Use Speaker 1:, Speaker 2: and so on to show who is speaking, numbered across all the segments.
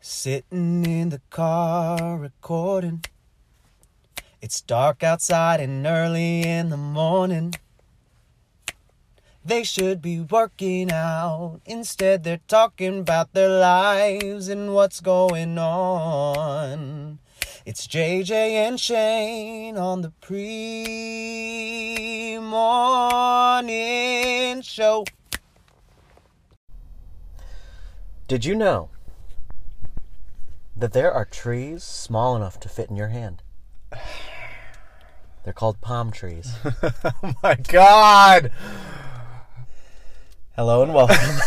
Speaker 1: Sitting in the car recording. It's dark outside and early in the morning. They should be working out. Instead, they're talking about their lives and what's going on. It's JJ and Shane on the pre morning show. Did you know that there are trees small enough to fit in your hand? They're called palm trees.
Speaker 2: Oh my god!
Speaker 1: Hello and welcome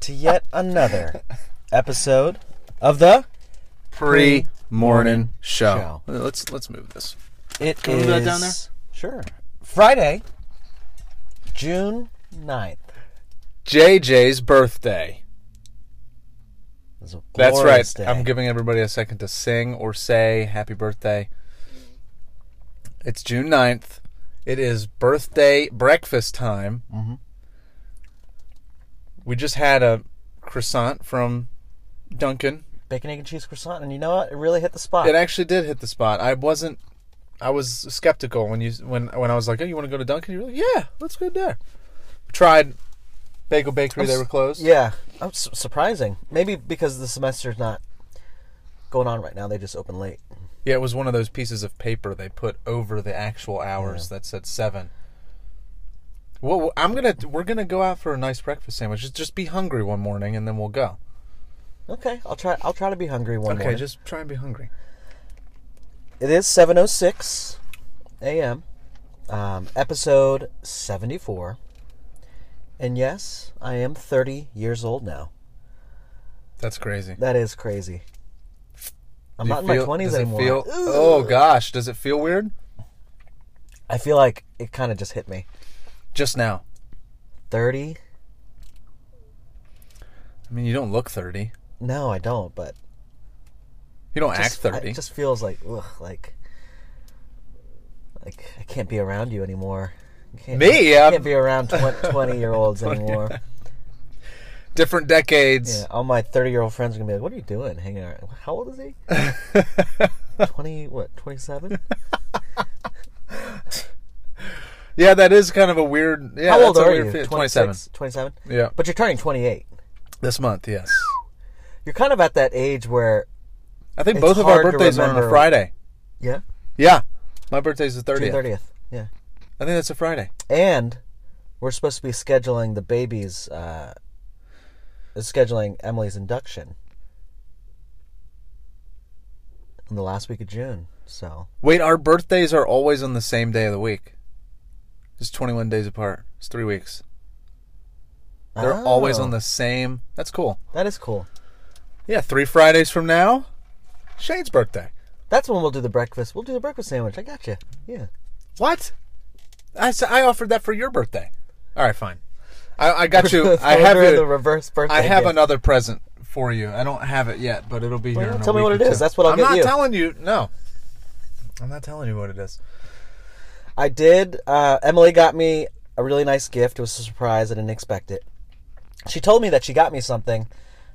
Speaker 1: to yet another episode of the.
Speaker 2: Pre morning
Speaker 1: show.
Speaker 2: show. Let's let's move this.
Speaker 1: It is
Speaker 2: we move that down there?
Speaker 1: Sure. Friday, June 9th.
Speaker 2: JJ's birthday.
Speaker 1: It's a
Speaker 2: That's
Speaker 1: glorious
Speaker 2: right.
Speaker 1: day.
Speaker 2: I'm giving everybody a second to sing or say happy birthday. It's June 9th. It is birthday breakfast time. We just had a croissant from Duncan.
Speaker 1: bacon, egg, and cheese croissant, and you know what? It really hit the spot.
Speaker 2: It actually did hit the spot. I wasn't. I was skeptical when you when when I was like, "Oh, you want to go to Dunkin'?" You're like, "Yeah, let's go there." Tried Bagel Bakery; they were closed.
Speaker 1: yeah, I'm s- surprising. Maybe because the semester's not going on right now, they just open late.
Speaker 2: yeah. It was one of those pieces of paper they put over the actual hours that said seven. Well, I'm gonna we're gonna go out for a nice breakfast sandwich. Just, just be hungry one morning and then we'll go.
Speaker 1: Okay, I'll try. I'll try to be hungry one
Speaker 2: Okay,
Speaker 1: morning.
Speaker 2: just try and be hungry.
Speaker 1: It is 7:06 a.m. Um, episode 74. And yes, I am 30 years old now.
Speaker 2: That's crazy.
Speaker 1: That is crazy. I'm
Speaker 2: Do you
Speaker 1: not in
Speaker 2: feel-
Speaker 1: my 20s
Speaker 2: does it
Speaker 1: anymore.
Speaker 2: feel-
Speaker 1: Ooh.
Speaker 2: oh gosh, does it feel weird?
Speaker 1: I feel like it kind of just hit me.
Speaker 2: Just now.
Speaker 1: 30?
Speaker 2: I mean, you don't look thirty.
Speaker 1: No, I don't, but
Speaker 2: You don't act
Speaker 1: just- I-
Speaker 2: thirty.
Speaker 1: It just feels like ugh, like like I can't be around you anymore. I Can't,
Speaker 2: Me?
Speaker 1: I
Speaker 2: Yeah.
Speaker 1: can't be around 20 year olds anymore.
Speaker 2: different decades.
Speaker 1: Yeah, all my thirty-year-old friends are gonna be like, "What are you doing? Hanging out? How old is he? Twenty? What? Twenty-seven?
Speaker 2: Yeah, that is kind of a weird. Yeah,
Speaker 1: How old
Speaker 2: that's a
Speaker 1: are
Speaker 2: weird
Speaker 1: you?
Speaker 2: fe- Twenty-seven.
Speaker 1: Twenty-seven.
Speaker 2: Yeah,
Speaker 1: But you're turning twenty-eight.
Speaker 2: this month. Yes,
Speaker 1: You're kind of at that age where,
Speaker 2: I think
Speaker 1: It's
Speaker 2: both of our
Speaker 1: hard to
Speaker 2: birthdays are on a
Speaker 1: remember.
Speaker 2: Friday.
Speaker 1: yeah,
Speaker 2: Yeah, my birthday's the
Speaker 1: June
Speaker 2: thirtieth. I think
Speaker 1: thirtieth. Yeah,
Speaker 2: that's a Friday.
Speaker 1: and we're supposed to be scheduling the baby's, uh, scheduling Emily's induction in the last week of June. So
Speaker 2: Wait, our birthdays are always on the same day of the week. It's twenty-one days apart. It's three weeks. They're always
Speaker 1: Oh,
Speaker 2: on the same. That's cool.
Speaker 1: That is cool.
Speaker 2: Yeah, three Fridays from now, Shane's birthday.
Speaker 1: That's when we'll do the breakfast. We'll do the breakfast sandwich. I got you. Yeah.
Speaker 2: What? I s- I offered that for your birthday. All right, fine. I, I got you. I have
Speaker 1: Order
Speaker 2: you.
Speaker 1: the reverse birthday.
Speaker 2: I have
Speaker 1: gift.
Speaker 2: another present for you. I don't have it yet, but it'll be here. in a
Speaker 1: tell me
Speaker 2: week
Speaker 1: what
Speaker 2: or
Speaker 1: it is.
Speaker 2: two.
Speaker 1: That's what I'll
Speaker 2: I'm
Speaker 1: get
Speaker 2: not
Speaker 1: you.
Speaker 2: telling you. No, I'm not telling you what it is.
Speaker 1: I did. Uh, Emily got me a really nice gift. It was a surprise. I didn't expect it. She told me that she got me something.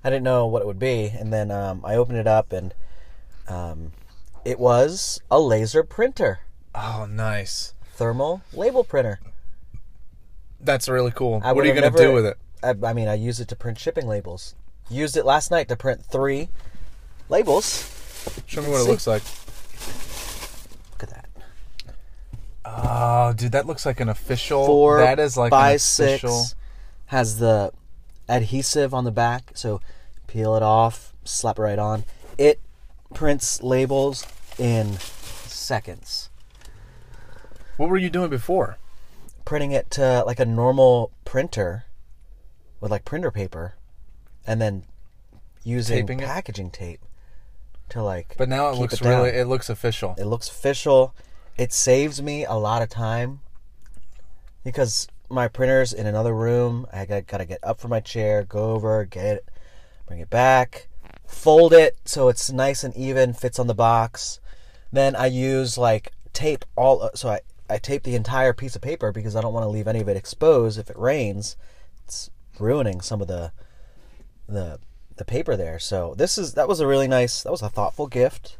Speaker 1: I didn't know what it would be, and then um, I opened it up, and um, it was a laser printer,
Speaker 2: Oh, nice.
Speaker 1: thermal label printer.
Speaker 2: That's really cool.
Speaker 1: I
Speaker 2: what are you
Speaker 1: would've never-
Speaker 2: gonna do with it?
Speaker 1: I, I mean, I used it to print shipping labels. Used it last night to print three labels.
Speaker 2: Show me what
Speaker 1: see.
Speaker 2: it looks like.
Speaker 1: Look at that.
Speaker 2: Oh, dude, that looks like an official.
Speaker 1: four
Speaker 2: that is like
Speaker 1: by
Speaker 2: an official.
Speaker 1: six has the adhesive on the back so peel it off slap it right on it prints labels in seconds
Speaker 2: What were you doing before?
Speaker 1: printing it to like a normal printer with like printer paper and then using
Speaker 2: Taping it?
Speaker 1: packaging tape to like
Speaker 2: But now it
Speaker 1: keep
Speaker 2: looks
Speaker 1: it down.
Speaker 2: really. It looks official.
Speaker 1: It looks official. It saves me a lot of time because my printer's in another room. I got, gotta get up from my chair, go over, get it, bring it back, fold it so it's nice and even, fits on the box. Then I use like tape all so I I tape the entire piece of paper because I don't want to leave any of it exposed if it rains. It's ruining some of the the the paper there. So this is that was a really nice that was a thoughtful gift.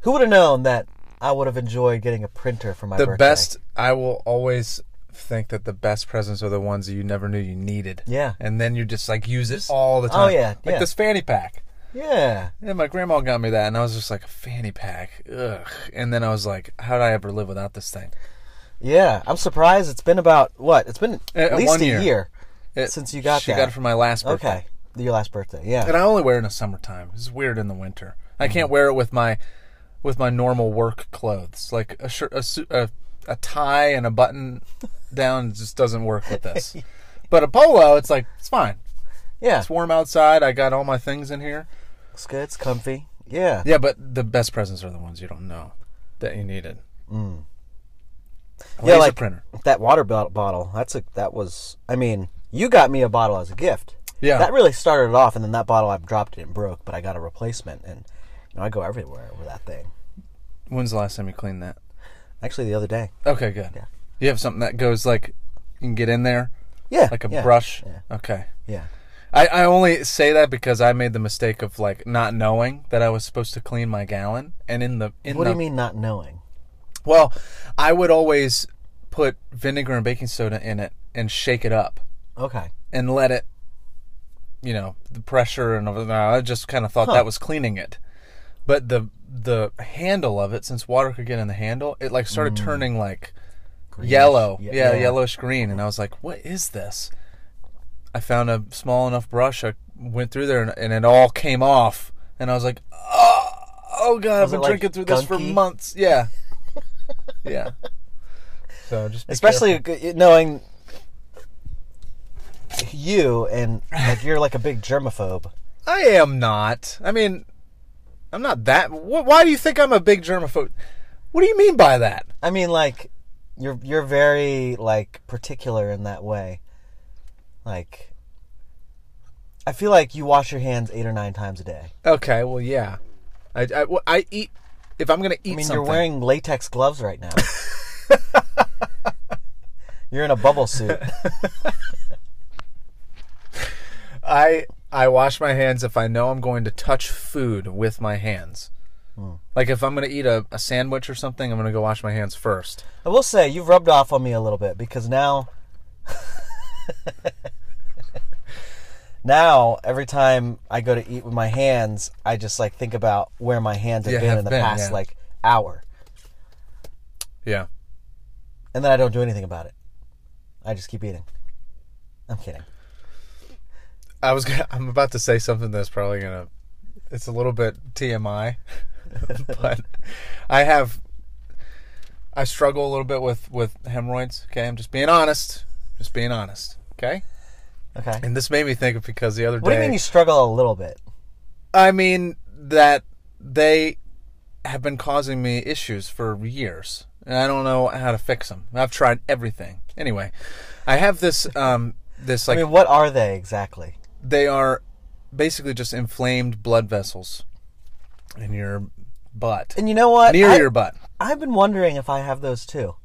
Speaker 1: Who would have known that I would have enjoyed getting a printer for my
Speaker 2: the
Speaker 1: birthday?
Speaker 2: best i will always think that the best presents are the ones that you never knew you needed
Speaker 1: Yeah. Oh,
Speaker 2: and then you just like use it all the time
Speaker 1: yeah,
Speaker 2: like
Speaker 1: yeah.
Speaker 2: this fanny pack
Speaker 1: Yeah.
Speaker 2: yeah my grandma got me that and i was just like a fanny pack ugh and then i was like how did i ever live without this thing
Speaker 1: Yeah. I'm surprised it's been about what? It's been at
Speaker 2: Uh,
Speaker 1: least
Speaker 2: one
Speaker 1: a
Speaker 2: year.
Speaker 1: year,
Speaker 2: It-
Speaker 1: since you got
Speaker 2: she
Speaker 1: that.
Speaker 2: got it for my last birthday
Speaker 1: okay. Your last birthday. Yeah.
Speaker 2: and i only wear it in the summertime it's weird in the winter i
Speaker 1: Mm.
Speaker 2: can't wear it with my with my normal work clothes like a shirt a suit a, a tie and a button down just doesn't work with this but a polo it's like it's fine
Speaker 1: yeah.
Speaker 2: It's warm outside. I got all my things in here.
Speaker 1: It's good. It's comfy. Yeah.
Speaker 2: Yeah, but the best presents are the ones you don't know that you needed. Mm.
Speaker 1: Yeah,
Speaker 2: Laser
Speaker 1: like-
Speaker 2: printer.
Speaker 1: That water bo- bottle. That's a that was I mean, you got me a bottle as a gift.
Speaker 2: Yeah.
Speaker 1: That really started it off and then that bottle I dropped it and broke, but I got a replacement and you know, I go everywhere with that thing.
Speaker 2: When's the last time you cleaned that?
Speaker 1: Actually the other day.
Speaker 2: Okay, good.
Speaker 1: Yeah.
Speaker 2: You have something that goes like you can get in there,
Speaker 1: Yeah.
Speaker 2: like a
Speaker 1: yeah,
Speaker 2: brush.
Speaker 1: Yeah.
Speaker 2: Okay.
Speaker 1: Yeah.
Speaker 2: I, I only say that because I made the mistake of like not knowing that I was supposed to clean my gallon, and in the in
Speaker 1: What
Speaker 2: the
Speaker 1: do you mean not knowing?
Speaker 2: Well, I would always put vinegar and baking soda in it and shake it up.
Speaker 1: Okay.
Speaker 2: and let it you know the pressure and everything i just kind of thought that was cleaning it but the the handle of it since water could get in the handle it like started turning like yellow
Speaker 1: Ye-
Speaker 2: yeah,
Speaker 1: Mm. yeah.
Speaker 2: yellowish green and i was like what is this i found a small enough brush i went through there and, and it all came off and i was like oh, oh god i've
Speaker 1: Was it,
Speaker 2: been
Speaker 1: like,
Speaker 2: drinking through this for
Speaker 1: gunky?
Speaker 2: months yeah yeah so just be
Speaker 1: Especially g- knowing you and like you're like a big germaphobe.
Speaker 2: I am not. I mean, I'm not that. Wh- why do you think I'm a big germaphobe? What do you mean by that?
Speaker 1: I mean, like, you're you're very like particular in that way. Like, I feel like you wash your hands eight or nine times a day.
Speaker 2: Okay, well, yeah. I, I, well, I eat. If I'm gonna eat
Speaker 1: I mean,
Speaker 2: something,
Speaker 1: you're wearing latex gloves right now. you're in a bubble suit.
Speaker 2: I I wash my hands if I know I'm going to touch food with my hands.
Speaker 1: Hmm.
Speaker 2: Like if I'm gonna eat a, a sandwich or something, I'm gonna go wash my hands first.
Speaker 1: I will say you've rubbed off on me a little bit because now, now every time I go to eat with my hands, I just like think about where my hands have
Speaker 2: Yeah,
Speaker 1: been
Speaker 2: have
Speaker 1: in the
Speaker 2: been,
Speaker 1: past
Speaker 2: yeah.
Speaker 1: like hour.
Speaker 2: Yeah.
Speaker 1: and then I don't do anything about it. I just keep eating. I'm kidding.
Speaker 2: I was gonna, I'm about to say something that's probably gonna it's a little bit TMI, but I have I struggle a little bit with with hemorrhoids. Okay, I'm just being honest, just being honest. Okay,
Speaker 1: Okay.
Speaker 2: and this made me think of because the other day
Speaker 1: What do you mean you struggle a little bit?
Speaker 2: I mean that they have been causing me issues for years, and I don't know how to fix them. I've tried everything. Anyway, I have this um this like
Speaker 1: I mean, what are they exactly?
Speaker 2: they are basically just inflamed blood vessels in your butt
Speaker 1: And you know what?
Speaker 2: near
Speaker 1: I,
Speaker 2: your butt
Speaker 1: I've been wondering if I have those too.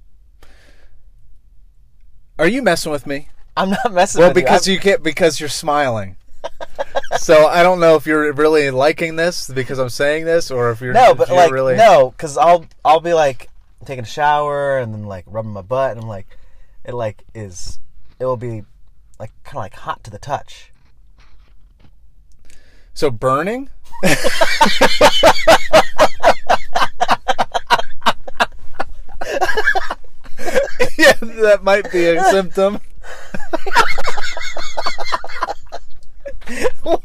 Speaker 2: are you messing with me
Speaker 1: I'm not messing
Speaker 2: well
Speaker 1: with you.
Speaker 2: because
Speaker 1: I'm-
Speaker 2: you can't because you're smiling so i don't know if you're really liking this because i'm saying this or if you're
Speaker 1: no,
Speaker 2: if
Speaker 1: but
Speaker 2: you're
Speaker 1: like
Speaker 2: really
Speaker 1: no, because I'll I'll be like taking a shower and then like rubbing my butt and I'm like, it like is it will be like kind of like hot to the touch.
Speaker 2: so burning yeah that might be a symptom what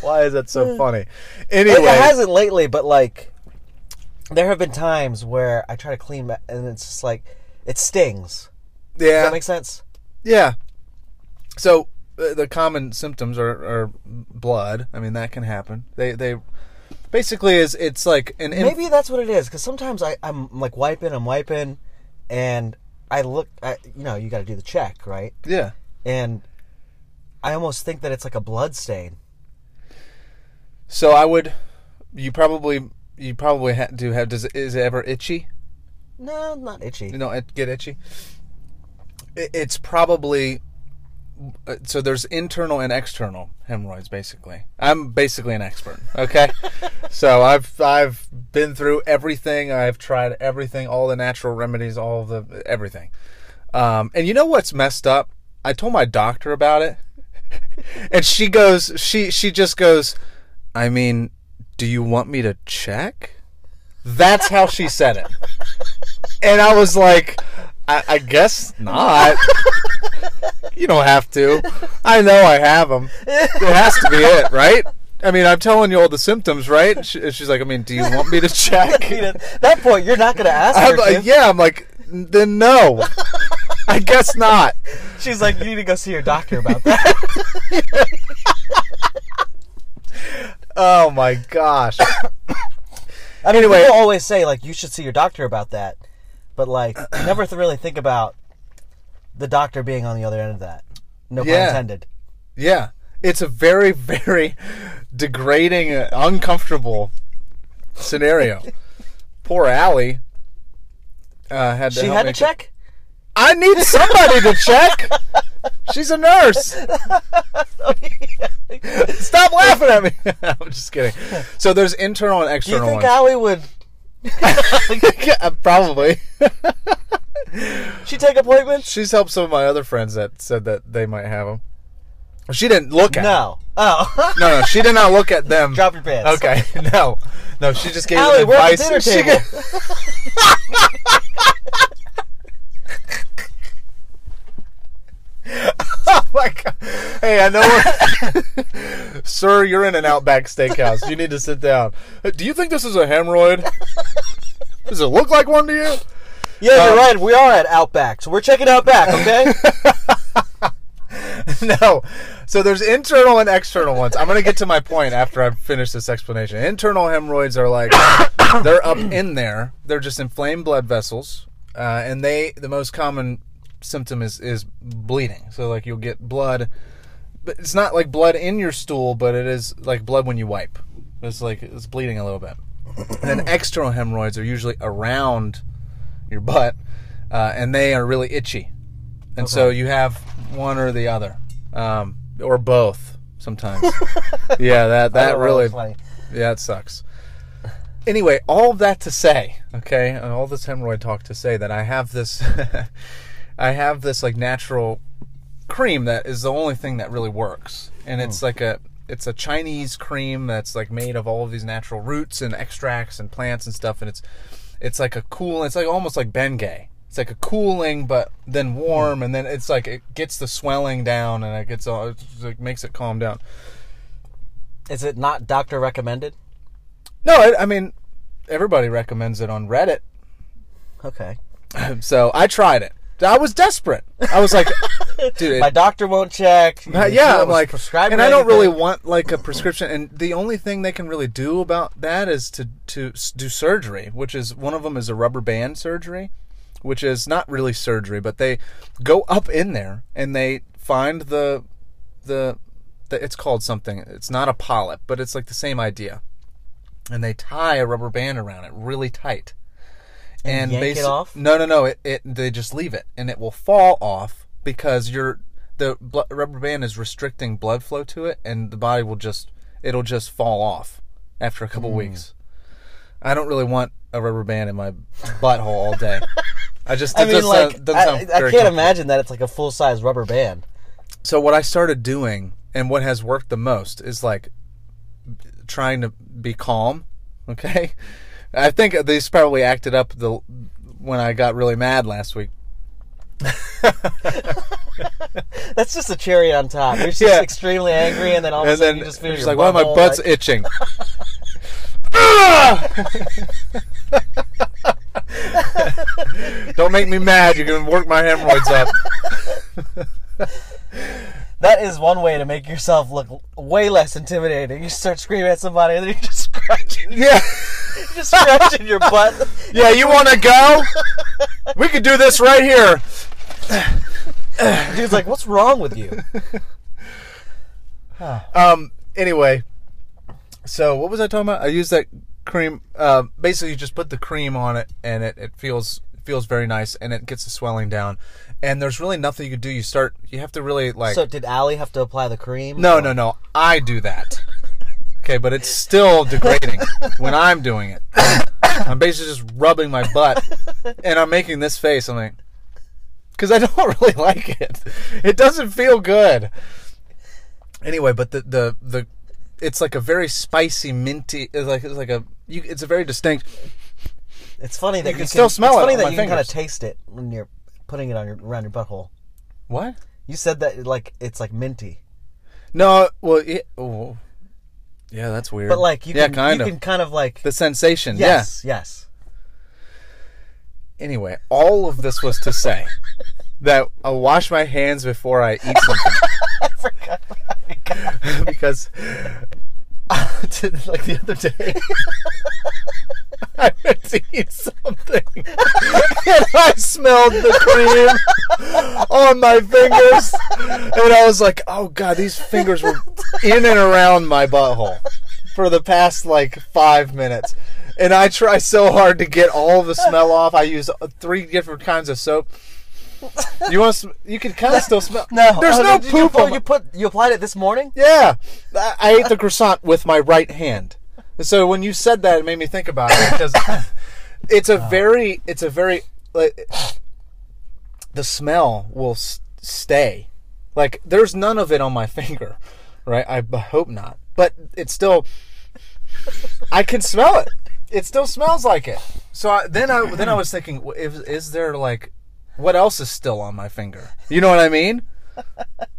Speaker 2: why is that so funny
Speaker 1: Uh, It-
Speaker 2: anyway
Speaker 1: It hasn't lately, but like there have been times where I try to clean my, and it's just like it stings. Does
Speaker 2: yeah
Speaker 1: that make sense?
Speaker 2: Yeah. So uh, the common symptoms are, are blood. I mean, that can happen. They they basically is it's like an inf-
Speaker 1: Maybe that's what it is. Because sometimes I, I'm like wiping, I'm wiping, and I look, I, you know, you got to do the check, right?
Speaker 2: yeah.
Speaker 1: And I almost think that it's like a blood stain.
Speaker 2: So I would you probably you probably ha- do have does it, is it ever itchy?
Speaker 1: No, not itchy.
Speaker 2: You know, it get itchy. It, it's probably uh, so there's internal and external hemorrhoids basically. I'm basically an expert, okay? so I've I've been through everything. I've tried everything, all the natural remedies, all the everything. Um, and you know what's messed up? I told my doctor about it. and she goes she she just goes, "I mean, do you want me to check?" That's how she said it. And I was like, I, I guess not. you don't have to. I know I have them. It has to be it, right? I mean, I'm telling you all the symptoms, right? She, she's like, I mean, do you want me to check?
Speaker 1: At that point, you're not going to ask
Speaker 2: I'm
Speaker 1: her.
Speaker 2: like,
Speaker 1: to.
Speaker 2: yeah, I'm like, then no. I guess not.
Speaker 1: She's like, you need to go see your doctor about that.
Speaker 2: Oh my gosh.
Speaker 1: I mean,
Speaker 2: Anyway.
Speaker 1: people always say like you should see your doctor about that, but like you never th- really think about the doctor being on the other end of that. No pun
Speaker 2: Yeah.
Speaker 1: intended.
Speaker 2: Yeah. It's a very, very degrading, uh, uncomfortable scenario. Poor Allie. Uh, had to
Speaker 1: She
Speaker 2: help
Speaker 1: had
Speaker 2: me
Speaker 1: to check.
Speaker 2: I need somebody to check. She's a nurse. Stop laughing at me. I'm just kidding. So there's internal and
Speaker 1: Do you
Speaker 2: external
Speaker 1: think
Speaker 2: ones.
Speaker 1: Allie would?
Speaker 2: Yeah, Probably.
Speaker 1: She take appointments?
Speaker 2: She's helped some of my other friends that said that they might have them. She didn't look at.
Speaker 1: No. Oh,
Speaker 2: No, no, she did not look at them.
Speaker 1: drop your pants.
Speaker 2: Okay, no, no, she just gave them
Speaker 1: Allie, we're at the
Speaker 2: advice.
Speaker 1: dinner table.
Speaker 2: She gave- oh my god! Hey, I know. we're- Sir, you're in an Outback Steakhouse. You need to sit down. Uh, Do you think this is a hemorrhoid? Does it look like one to you?
Speaker 1: Yeah,
Speaker 2: Um,
Speaker 1: you're right. We are at Outback, so we're checking Outback. Okay.
Speaker 2: no. So there's internal and external ones. I'm gonna get to my point after I finish this explanation. Internal hemorrhoids are like they're up in there. They're just inflamed blood vessels, uh, and they the most common symptom is is bleeding. So like you'll get blood, but it's not like blood in your stool, but it is like blood when you wipe. It's like it's bleeding a little bit. And then external hemorrhoids are usually around your butt, uh, and they are really itchy. And so you have one or the other, um, or both sometimes. yeah, that that
Speaker 1: Oh,
Speaker 2: really,
Speaker 1: that's funny.
Speaker 2: yeah, it sucks. Anyway, all of that to say, okay, and all this hemorrhoid talk to say that I have this, I have this like natural cream that is the only thing that really works, and it's like a it's a Chinese cream that's like made of all of these natural roots and extracts and plants and stuff, and it's it's like a cool, it's like almost like Bengay. It's like a cooling, but then warm, and then it's like it gets the swelling down, and it gets all it like makes it calm down.
Speaker 1: Is it not doctor recommended?
Speaker 2: No, I, I mean, everybody recommends it on Reddit.
Speaker 1: Okay.
Speaker 2: So I tried it. I was desperate. I was like, dude,
Speaker 1: My
Speaker 2: it,
Speaker 1: doctor won't check.
Speaker 2: uh,
Speaker 1: She
Speaker 2: yeah. I'm
Speaker 1: was
Speaker 2: like,
Speaker 1: prescribing
Speaker 2: and I don't really
Speaker 1: anything.
Speaker 2: want like a prescription. And the only thing they can really do about that is to to s- do surgery, which is one of them is a rubber band surgery, which is not really surgery, but they go up in there and they find the the, the it's called something. It's not a polyp, but it's like the same idea. And they tie a rubber band around it really tight and
Speaker 1: yank it
Speaker 2: basi-
Speaker 1: off?
Speaker 2: No, no, no. It, it they just leave it, and it will fall off because your the bl- rubber band is restricting blood flow to it, and the body will just it'll just fall off after a couple
Speaker 1: Hmm.
Speaker 2: weeks. I don't really want a rubber band in my butthole all day. I just
Speaker 1: I
Speaker 2: it
Speaker 1: mean,
Speaker 2: doesn't sound-
Speaker 1: like,
Speaker 2: doesn't sound
Speaker 1: I, I
Speaker 2: very
Speaker 1: can't
Speaker 2: comfortable.
Speaker 1: imagine that it's like a full size rubber band.
Speaker 2: So what I started doing and what has worked the most is like trying to be calm, okay? I think these probably acted up the when I got really mad last week.
Speaker 1: That's just a cherry on top. You're just
Speaker 2: Yeah.
Speaker 1: extremely angry, and then all of a
Speaker 2: and
Speaker 1: sudden
Speaker 2: then
Speaker 1: you just feel
Speaker 2: she's
Speaker 1: your
Speaker 2: like, "Why my
Speaker 1: butthole,
Speaker 2: butt's
Speaker 1: like-
Speaker 2: itching?" Ah! Don't make me mad. You're gonna work my hemorrhoids up.
Speaker 1: That is one way to make yourself look l- way less intimidating. You start screaming at somebody, and then you're just scratching,
Speaker 2: Yeah,
Speaker 1: you're just scratching your butt.
Speaker 2: yeah. You want to go? We could do this right here.
Speaker 1: Dude's like, "What's wrong with you?"
Speaker 2: Um. Anyway, so what was I talking about? I used that cream. Uh, basically, you just put the cream on it, and it, it feels feels very nice, and it gets the swelling down. And there's really nothing you could do. You start. You have to really like.
Speaker 1: So did Allie have to apply the cream?
Speaker 2: no, no, no. I do that. Okay, but it's still degrading when I'm doing it. I'm basically just rubbing my butt, and I'm making this face. I'm like, because I don't really like it. It doesn't feel good. Anyway, but the the the, it's like a very spicy minty. It's like it's like a you. It's a very distinct.
Speaker 1: It's funny that you
Speaker 2: can still smell
Speaker 1: it's
Speaker 2: it
Speaker 1: Funny
Speaker 2: on
Speaker 1: that
Speaker 2: my
Speaker 1: you can kind of
Speaker 2: fingers.
Speaker 1: taste it when you're putting it on your around your butthole.
Speaker 2: What?
Speaker 1: You said that like it's like minty,
Speaker 2: No, well, it, oh, yeah, that's weird.
Speaker 1: but like you
Speaker 2: yeah,
Speaker 1: can
Speaker 2: kind
Speaker 1: you
Speaker 2: of
Speaker 1: can kind of like
Speaker 2: the sensation.
Speaker 1: yes yes.
Speaker 2: Yeah. Anyway, all of this was to say that I wash my hands before I eat something
Speaker 1: I forgot.
Speaker 2: because, like the other day. I went to eat something and I smelled the cream on my fingers and I was like, oh god, these fingers were in and around my butthole for the past like five minutes. And I try so hard to get all the smell off. I use three different kinds of soap. You want? Sm- you can kind of still smell.
Speaker 1: No,
Speaker 2: there's
Speaker 1: oh,
Speaker 2: no
Speaker 1: did You
Speaker 2: poop
Speaker 1: put,
Speaker 2: on
Speaker 1: you
Speaker 2: my-
Speaker 1: put you applied it this morning.
Speaker 2: yeah, I, I ate the croissant with my right hand. So when you said that, it made me think about it because it's a very, it's a very, like, the smell will s- stay. Like there's none of it on my finger, right? I b- hope not, but it's still, I can smell it. It still smells like it. So I, then I then I was thinking, w- is, is there like, what else is still on my finger? You know what I mean?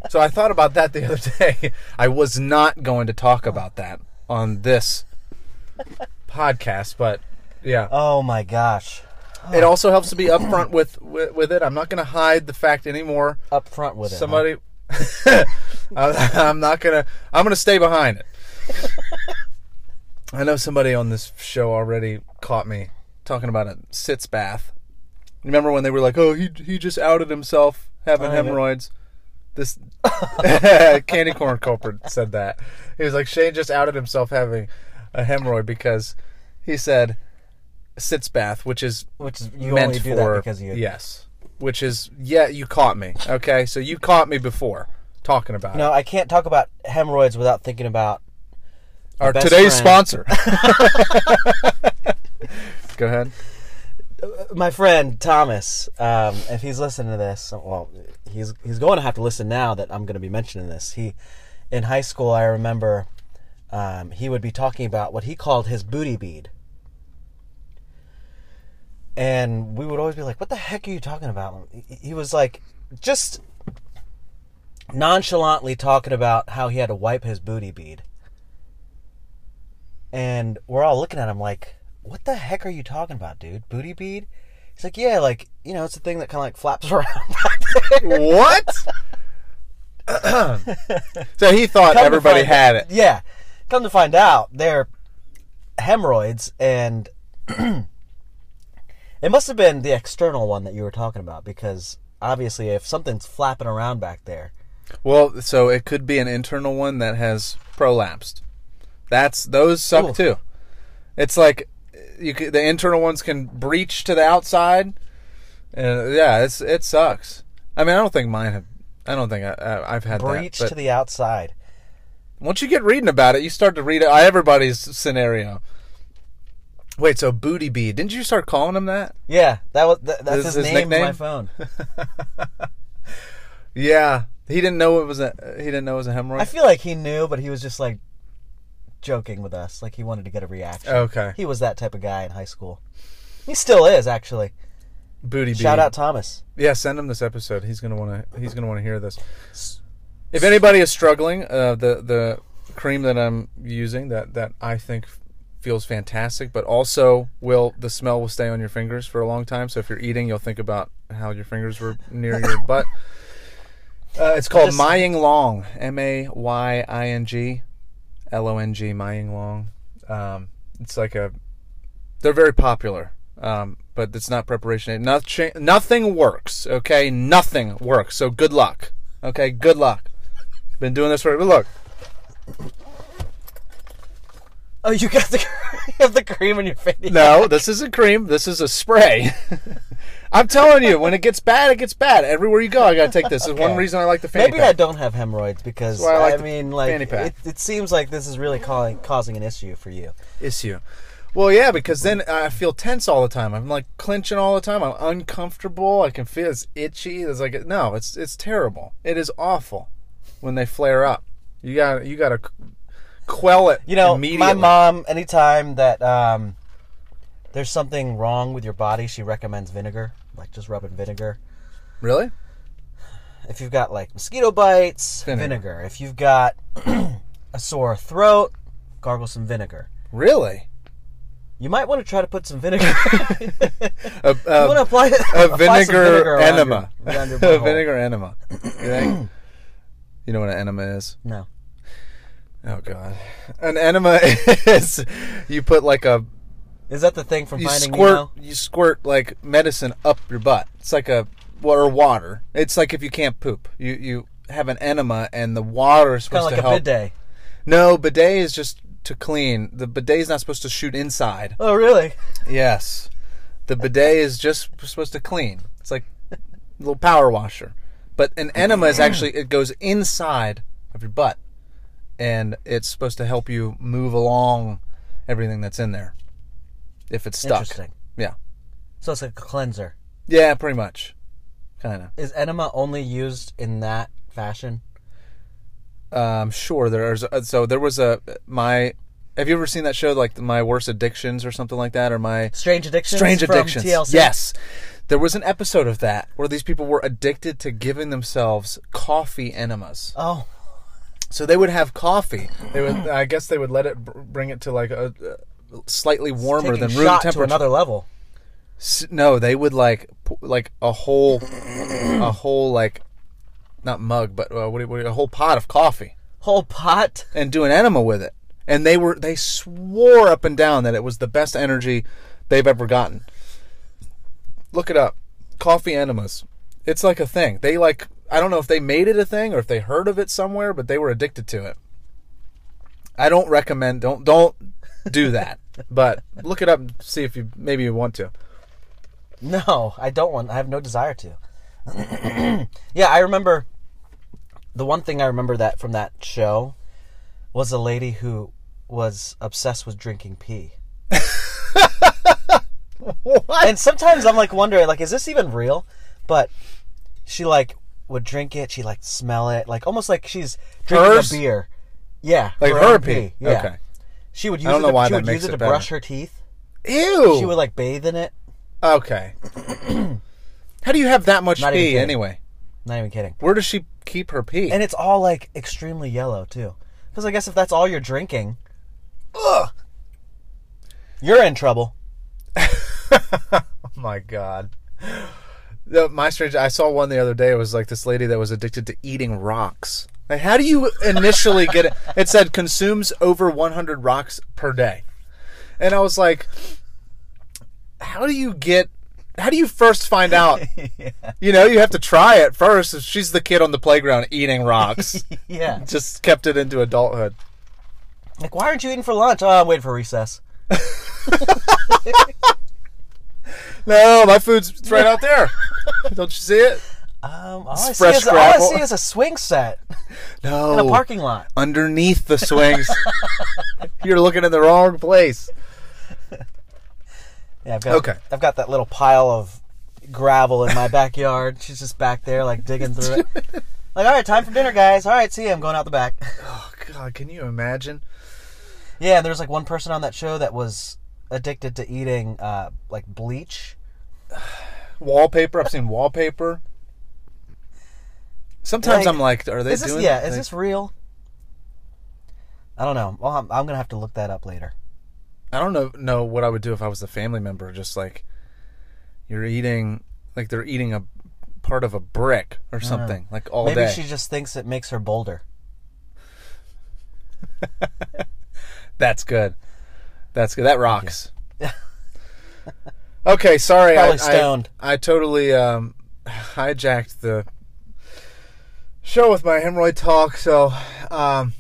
Speaker 2: So I thought about that the other day. I was not going to talk about that on this podcast, but yeah,
Speaker 1: Oh my gosh!
Speaker 2: it also helps to be upfront with with, with it. I'm not going to hide the fact anymore.
Speaker 1: Up front with it. huh?
Speaker 2: Somebody, I, I'm not gonna. I'm gonna stay behind it. I know somebody on this show already caught me talking about a sitz bath. Remember when they were like, "Oh, he he just outed himself having
Speaker 1: yeah.
Speaker 2: hemorrhoids." This candy corn culprit said that. He was like, Shane just outed himself having a hemorrhoid because he said sitz bath, which is
Speaker 1: which is you
Speaker 2: meant
Speaker 1: only do
Speaker 2: for
Speaker 1: that because you.
Speaker 2: yes, which is yeah, you caught me. Okay, so you caught me before talking about
Speaker 1: No, I can't talk about hemorrhoids without thinking about
Speaker 2: it. Our
Speaker 1: best
Speaker 2: today's
Speaker 1: friend-
Speaker 2: sponsor. Go ahead.
Speaker 1: my friend Thomas, um, if he's listening to this, well, he's he's going to have to listen now that I'm going to be mentioning this. He, in high school, I remember, um, he would be talking about what he called his booty bead, and we would always be like, "What the heck are you talking about?" He- He was like, just nonchalantly talking about how he had to wipe his booty bead, and we're all looking at him like, "What the heck are you talking about, dude? Booty bead?" He's like, "Yeah, like you know, it's a thing that kind of like flaps around."
Speaker 2: what? so he thought
Speaker 1: Come to
Speaker 2: everybody
Speaker 1: find-
Speaker 2: had it.
Speaker 1: Yeah. Come to find out, they're hemorrhoids, and it must have been the external one that you were talking about because obviously, if something's flapping around back there,
Speaker 2: Well, so it could be an internal one that has prolapsed. That's those suck
Speaker 1: Ooh.
Speaker 2: too. It's like you c the internal ones can breach to the outside, and yeah, it's it sucks. I mean, I don't think mine have. I don't think I, I, I've had
Speaker 1: breach
Speaker 2: that.
Speaker 1: to
Speaker 2: but
Speaker 1: the outside.
Speaker 2: once you get reading about it, you start to read it, uh, everybody's scenario. Wait, so booty bee? Didn't you start calling him that?
Speaker 1: Yeah, that was that, that's
Speaker 2: This
Speaker 1: his,
Speaker 2: is his
Speaker 1: name on my
Speaker 2: nickname?
Speaker 1: phone.
Speaker 2: Yeah, he didn't know it was a. He didn't know it was a hemorrhoid.
Speaker 1: I feel like he knew, but he was just like joking with us, like he wanted to get a reaction.
Speaker 2: okay,
Speaker 1: He was that type of guy in high school. He still is, actually.
Speaker 2: booty bee.
Speaker 1: Shout out Thomas.
Speaker 2: Yeah, send him this episode. He's gonna wanna he's gonna wanna hear this. If anybody is struggling, uh, the the cream that I'm using that that I think f- feels fantastic, but also will the smell will stay on your fingers for a long time. So if you're eating, you'll think about how your fingers were near your butt. Uh, it's called
Speaker 1: Just-
Speaker 2: Mying Long, M A Y I N G, L O N G, Mying Long. Um, it's like a they're very popular. Um, but it's not preparation. Nothing, nothing works. Okay, nothing works. So good luck. Okay, good luck. Been doing this for. Look,
Speaker 1: Oh, you got the you have the cream in your face.
Speaker 2: No, this isn't cream. This is a spray. I'm telling you, when it gets bad, it gets bad. Everywhere you go, I gotta take this. It's one
Speaker 1: Okay.
Speaker 2: reason I like the fanny
Speaker 1: Maybe I
Speaker 2: pack.
Speaker 1: don't have hemorrhoids because
Speaker 2: That's why I like
Speaker 1: I
Speaker 2: the
Speaker 1: mean,
Speaker 2: fanny
Speaker 1: like
Speaker 2: pack.
Speaker 1: it, it seems like this is really calling, causing an issue for you.
Speaker 2: issue. Well, yeah, because then I feel tense all the time. I'm like clenching all the time. I'm uncomfortable. I can feel it's itchy. It's like no, it's it's terrible. It is awful when they flare up. You got you got to quell it.
Speaker 1: You know, my
Speaker 2: immediately.
Speaker 1: mom. Anytime that um, there's something wrong with your body, she recommends vinegar, like just rubbing vinegar.
Speaker 2: Really?
Speaker 1: If you've got like mosquito bites,
Speaker 2: Vinegar.
Speaker 1: vinegar. If you've got a sore throat, gargle some vinegar.
Speaker 2: Really?
Speaker 1: You might want to try to put some vinegar. you
Speaker 2: A, a,
Speaker 1: want to apply,
Speaker 2: a
Speaker 1: apply some
Speaker 2: vinegar,
Speaker 1: around
Speaker 2: enema.
Speaker 1: your- around your
Speaker 2: a
Speaker 1: butthole.
Speaker 2: vinegar enema. You think? you know what an enema is?
Speaker 1: No.
Speaker 2: Oh God, an enema is you put like a
Speaker 1: Is that the thing from
Speaker 2: you
Speaker 1: Finding
Speaker 2: squirt
Speaker 1: Nemo?
Speaker 2: you squirt like medicine up your butt. It's like a wa- or water. It's like if you can't poop, you you have an enema and the water is
Speaker 1: Kind
Speaker 2: supposed
Speaker 1: of like
Speaker 2: to
Speaker 1: a
Speaker 2: help.
Speaker 1: bidet.
Speaker 2: No, bidet is just to clean. The bidet is not supposed to shoot inside.
Speaker 1: Oh, really?
Speaker 2: Yes, the bidet is just supposed to clean. It's like a little power washer, but an enema is actually it goes inside of your butt, and it's supposed to help you move along everything that's in there. If it's stuck,
Speaker 1: Interesting.
Speaker 2: yeah.
Speaker 1: So it's like a cleanser.
Speaker 2: Yeah, pretty much. Kind
Speaker 1: Is enema only used in that fashion?
Speaker 2: of. Um, sure. There's uh, so there was a my. Have you ever seen that show like my worst addictions or something like that or my
Speaker 1: Strange Addictions?
Speaker 2: strange
Speaker 1: from
Speaker 2: addictions?
Speaker 1: TLC?
Speaker 2: Yes, there was an episode of that where these people were addicted to giving themselves coffee enemas.
Speaker 1: Oh,
Speaker 2: So they would have coffee. They would. I guess they would let it br- bring it to like a. Uh, Slightly warmer
Speaker 1: taking
Speaker 2: than room
Speaker 1: shot
Speaker 2: temperature.
Speaker 1: to another level.
Speaker 2: S- No, they would like p- like a whole, a whole like, not mug, but uh, what, do you- what, do you- a whole pot of coffee.
Speaker 1: Whole pot?
Speaker 2: and do an enema with it. And they were they swore up and down that it was the best energy they've ever gotten. Look it up. Coffee enemas. It's like a thing. They like I don't know if they made it a thing or if they heard of it somewhere, but they were addicted to it. I don't recommend don't don't do that. but look it up and see if you maybe you want to.
Speaker 1: No, I don't want. I have no desire to. yeah, I remember. The one thing I remember that from that show was a lady who was obsessed with drinking pee.
Speaker 2: What?
Speaker 1: and sometimes I'm like wondering, like, is this even real? But she like would drink it. She like smell it, like almost like she's drinking
Speaker 2: Hers?
Speaker 1: a beer. Yeah,
Speaker 2: Like her
Speaker 1: own
Speaker 2: pee.
Speaker 1: Yeah.
Speaker 2: Okay.
Speaker 1: She would use.
Speaker 2: I don't
Speaker 1: it
Speaker 2: know
Speaker 1: to,
Speaker 2: why
Speaker 1: she
Speaker 2: that
Speaker 1: would use
Speaker 2: makes
Speaker 1: it,
Speaker 2: it
Speaker 1: to
Speaker 2: better.
Speaker 1: brush her teeth.
Speaker 2: Ew.
Speaker 1: She would like bathe in it.
Speaker 2: okay. How do you have that much
Speaker 1: Not even
Speaker 2: pee
Speaker 1: kidding.
Speaker 2: anyway?
Speaker 1: Not even kidding.
Speaker 2: Where does she keep her pee?
Speaker 1: And it's all like extremely yellow too, because I guess if that's all you're drinking, ugh, you're in trouble.
Speaker 2: Oh my god. The- My strange. I saw one the other day. It was like this lady that was addicted to eating rocks. Like, how do you initially get it? It said consumes over 100 rocks per day, and I was like, how do you get? How do you first find out? You know, you have to try it first. She's the kid on the playground eating rocks.
Speaker 1: Yeah.
Speaker 2: Just kept it into adulthood.
Speaker 1: Like, why aren't you eating for lunch? Oh, I'm waiting for recess.
Speaker 2: No, my food's it's right out there. Don't you see it?
Speaker 1: Um, all, I see,
Speaker 2: fresh
Speaker 1: is, all I
Speaker 2: gravel.
Speaker 1: see is a swing set
Speaker 2: No.
Speaker 1: in a parking lot.
Speaker 2: underneath the swings. You're looking in the wrong place.
Speaker 1: Yeah, I've got
Speaker 2: Okay.
Speaker 1: I've got that little pile of gravel in my backyard. She's just back there, like digging through it. Like, all right, time for dinner, guys. All right, see, ya, I'm going out the back.
Speaker 2: Oh God, can you imagine?
Speaker 1: Yeah, and there was like one person on that show that was addicted to eating uh, like bleach.
Speaker 2: Wallpaper. I've seen wallpaper. Sometimes
Speaker 1: Like,
Speaker 2: I'm like, are they
Speaker 1: Is this
Speaker 2: doing?
Speaker 1: yeah? Is
Speaker 2: like-
Speaker 1: this real? I don't know. Well, I'm, I'm gonna have to look that up later.
Speaker 2: I don't know. Know what I would do if I was the family member. Just like, you're eating, like they're eating a part of a brick or something, like all
Speaker 1: Maybe
Speaker 2: day.
Speaker 1: she just thinks it makes her bolder.
Speaker 2: That's good. That's good. That rocks. okay, sorry. I,
Speaker 1: Probably
Speaker 2: I-
Speaker 1: stoned.
Speaker 2: I, totally um, hijacked the show with my hemorrhoid talk. So, um,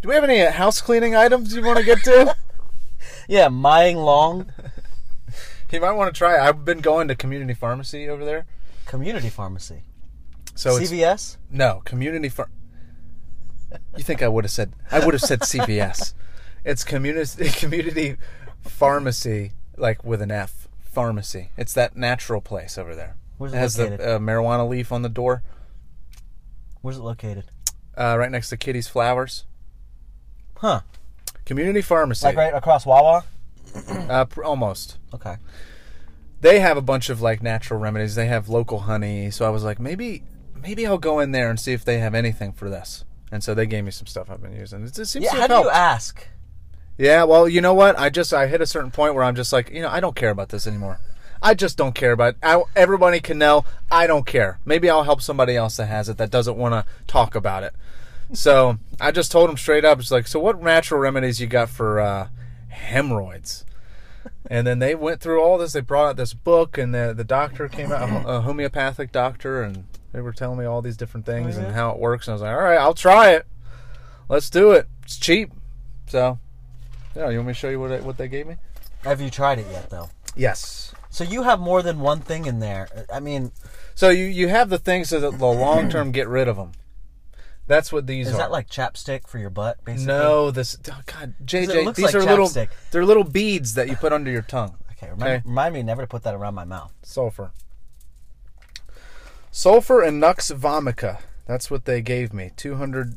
Speaker 2: do we have any house cleaning items you want to get to?
Speaker 1: yeah, Mying Long
Speaker 2: You might want to try. it. I've been going to community pharmacy over there.
Speaker 1: Community Pharmacy.
Speaker 2: So it's
Speaker 1: CVS?
Speaker 2: no community phar. You think I would have said I would have said CVS? It's community community pharmacy, like with an F. Pharmacy. It's that natural place over there.
Speaker 1: Where's
Speaker 2: It
Speaker 1: it
Speaker 2: has
Speaker 1: located?
Speaker 2: the uh, marijuana leaf on the door,
Speaker 1: Where's it located?
Speaker 2: uh, right next to Kitty's Flowers.
Speaker 1: Huh.
Speaker 2: Community pharmacy,
Speaker 1: Like right across Wawa?
Speaker 2: uh, pr- almost.
Speaker 1: Okay.
Speaker 2: They have a bunch of like natural remedies. They have local honey. So I was like, maybe, maybe I'll go in there and see if they have anything for this. And so they gave me some stuff I've been using. It just seems
Speaker 1: Yeah,
Speaker 2: to
Speaker 1: how
Speaker 2: have
Speaker 1: do you
Speaker 2: helped.
Speaker 1: ask?
Speaker 2: Yeah, well, you know what? I just I hit a certain point where I'm just like, you know, I don't care about this anymore. I just don't care about it. I, everybody can know. I don't care. Maybe I'll help somebody else that has it that doesn't want to talk about it. So I just told him straight up. It's like, so what natural remedies you got for uh, hemorrhoids? And then they went through all this. They brought out this book, and the the doctor came out, a homeopathic doctor, and they were telling me all these different things and how it works. And I was like, all right, I'll try it. Let's do it. It's cheap, so yeah, you want me to show you what I, what they gave me?
Speaker 1: Have you tried it yet though?
Speaker 2: Yes.
Speaker 1: So you have more than one thing in there. I mean,
Speaker 2: So you you have the things that the long term get rid of them. That's what these
Speaker 1: is
Speaker 2: are.
Speaker 1: that like chapstick for your butt basically?
Speaker 2: no, this oh, God, JJ,
Speaker 1: looks
Speaker 2: these
Speaker 1: like
Speaker 2: are little
Speaker 1: chapstick.
Speaker 2: they're little beads that you put under your tongue.
Speaker 1: Okay, remind,
Speaker 2: Okay.
Speaker 1: remind me never to put that around my mouth.
Speaker 2: Sulfur. Sulfur and Nux vomica. That's what they gave me. 200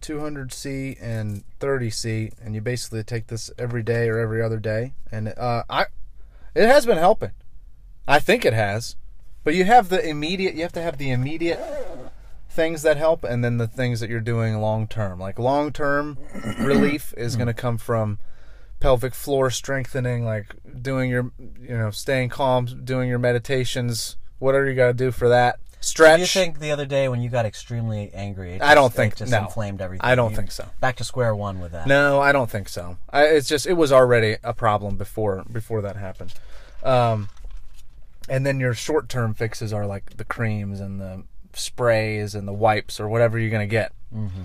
Speaker 2: 200 C and 30 C and you basically take this every day or every other day and uh I it has been helping. I think it has. But you have the immediate you have to have the immediate things that help and then the things that you're doing long term. Like long term relief is going to come from pelvic floor strengthening, like doing your, you know, staying calm, doing your meditations, whatever you got to do for that. Stretch.
Speaker 1: Do you think the other day when you got extremely angry, it
Speaker 2: I don't
Speaker 1: just-
Speaker 2: think-
Speaker 1: it just
Speaker 2: no.
Speaker 1: inflamed everything?
Speaker 2: I don't
Speaker 1: You-
Speaker 2: think so.
Speaker 1: Back to square one with that.
Speaker 2: No, I don't think so. I, it's just it was already a problem before before that happened. Um, and then your short term fixes are like the creams and the sprays and the wipes or whatever you're gonna get. Mm-hmm.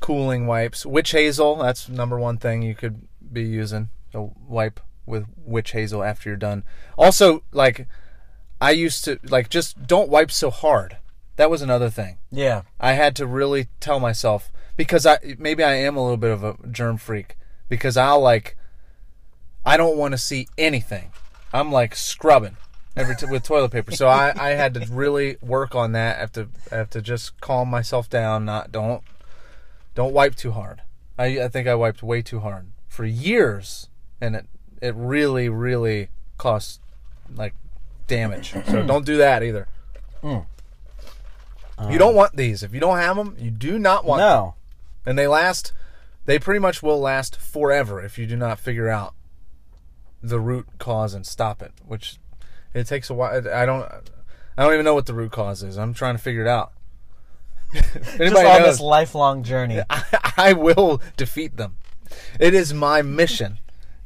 Speaker 2: Cooling wipes, witch hazel. That's number one thing you could be using. A wipe with witch hazel after you're done. Also, like I used to like just don't wipe so hard. That was another thing.
Speaker 1: Yeah.
Speaker 2: I had to really tell myself because I maybe I am a little bit of a germ freak because I'll like I don't want to see anything. I'm like scrubbing every t- with toilet paper. So I, I had to really work on that. I have to I have to just calm myself down. Not don't don't wipe too hard. I I think I wiped way too hard for years, and it it really really caused like damage. So don't do that either. You don't want these. If you don't have them, you do not want them.
Speaker 1: No.
Speaker 2: And they last, they pretty much will last forever if you do not figure out the root cause and stop it, which it takes a while. I don't, I don't even know what the root cause is. I'm trying to figure it out. If
Speaker 1: Just on
Speaker 2: Anybody
Speaker 1: this
Speaker 2: knows,
Speaker 1: lifelong journey.
Speaker 2: I, I will defeat them. It is my mission.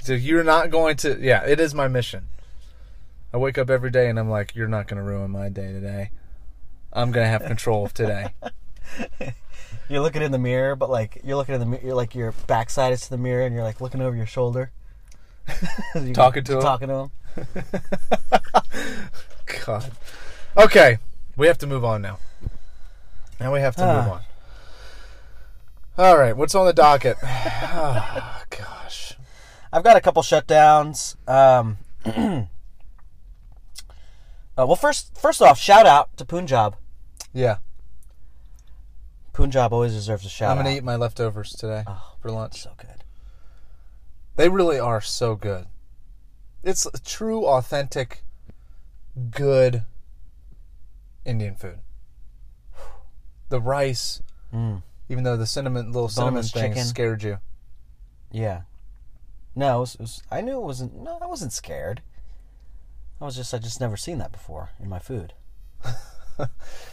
Speaker 2: So you're not going to, yeah, it is my mission. I wake up every day and I'm like, you're not going to ruin my day today. I'm going to have control of today.
Speaker 1: You're looking in the mirror, but like you're looking in the mirror, you're like your backside is to the mirror, and you're like looking over your shoulder, You-
Speaker 2: Talking to him?
Speaker 1: talking to him.
Speaker 2: God. Okay, we have to move on now. Now we have to move
Speaker 1: Ah.
Speaker 2: on. All right, what's on the docket? Ah, gosh.
Speaker 1: I've got a couple shutdowns. Um, uh, well, first, first off, shout out to Punjab.
Speaker 2: Yeah,
Speaker 1: Punjab always deserves a shout
Speaker 2: I'm gonna
Speaker 1: out.
Speaker 2: eat my leftovers today
Speaker 1: Ah.
Speaker 2: for lunch.
Speaker 1: So good.
Speaker 2: They really are so good. It's true, authentic, good Indian food. The rice,
Speaker 1: Mm.
Speaker 2: even though the cinnamon little cinnamon
Speaker 1: Boneless
Speaker 2: thing
Speaker 1: chicken.
Speaker 2: scared you.
Speaker 1: Yeah. No, it was, it was, I knew it wasn't. No, I wasn't scared. I was just, I just never seen that before in my food.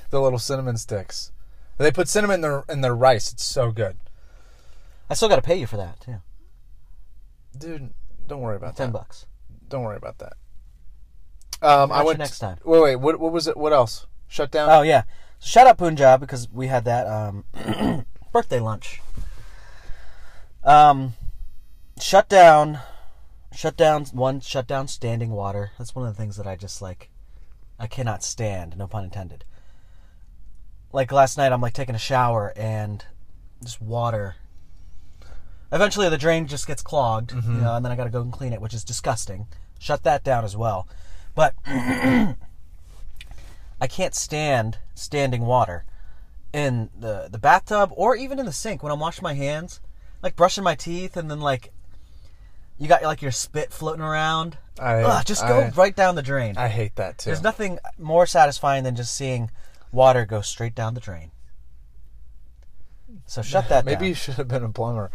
Speaker 2: The little cinnamon sticks. They put cinnamon in their in their rice. It's so good.
Speaker 1: I still got to pay you for that too.
Speaker 2: Dude, don't worry about
Speaker 1: Ten
Speaker 2: that.
Speaker 1: bucks.
Speaker 2: Don't worry about that. Um, I
Speaker 1: you
Speaker 2: went
Speaker 1: next time.
Speaker 2: Wait, wait. What, what was it? What else? Shut down.
Speaker 1: Oh yeah. So shout out Punjab because we had that um, birthday lunch. Um, shut down Shut down one. Shut down standing water. That's one of the things that I just like. I cannot stand. No pun intended. Like last night, I'm like taking a shower and just water. Eventually, the drain just gets clogged,
Speaker 2: Mm-hmm.
Speaker 1: you know, and then I got to go and clean it, which is disgusting. Shut that down as well. But I can't stand standing water in the the bathtub or even in the sink when I'm washing my hands, like brushing my teeth, and then like you got like your spit floating around.
Speaker 2: I-
Speaker 1: Ugh, just go
Speaker 2: I-
Speaker 1: right down the drain.
Speaker 2: I hate that too.
Speaker 1: There's nothing more satisfying than just seeing water go straight down the drain. So shut that
Speaker 2: Maybe
Speaker 1: down.
Speaker 2: you should have been a plumber.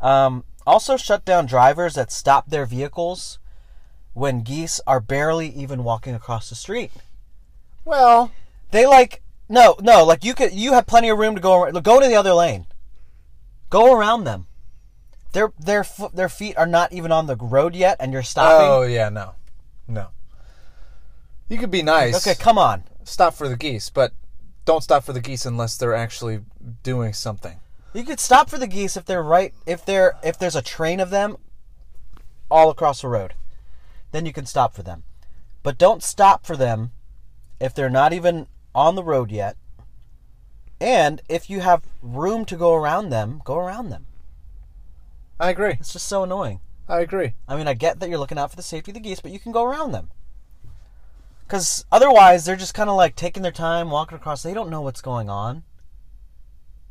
Speaker 1: Um, also, shut down drivers that stop their vehicles when geese are barely even walking across the street.
Speaker 2: Well,
Speaker 1: They like no, no. Like you could, you have plenty of room to go. ar- Go to the other lane. Go around them. Their their fo- their feet are not even on the road yet, and you're
Speaker 2: oh
Speaker 1: stopping.
Speaker 2: yeah, no, no. You could be nice.
Speaker 1: okay, come on.
Speaker 2: stop for the geese, but don't stop for the geese unless they're actually doing something.
Speaker 1: You could stop for the geese if they're right. If they're if there's a train of them, all across the road, then you can stop for them. But don't stop for them if they're not even on the road yet. And if you have room to go around them, go around them.
Speaker 2: I agree.
Speaker 1: It's just so annoying.
Speaker 2: I agree.
Speaker 1: I mean, I get that you're looking out for the safety of the geese, but you can go around them. Because otherwise, they're just kind of like taking their time, walking across. They don't know what's going on.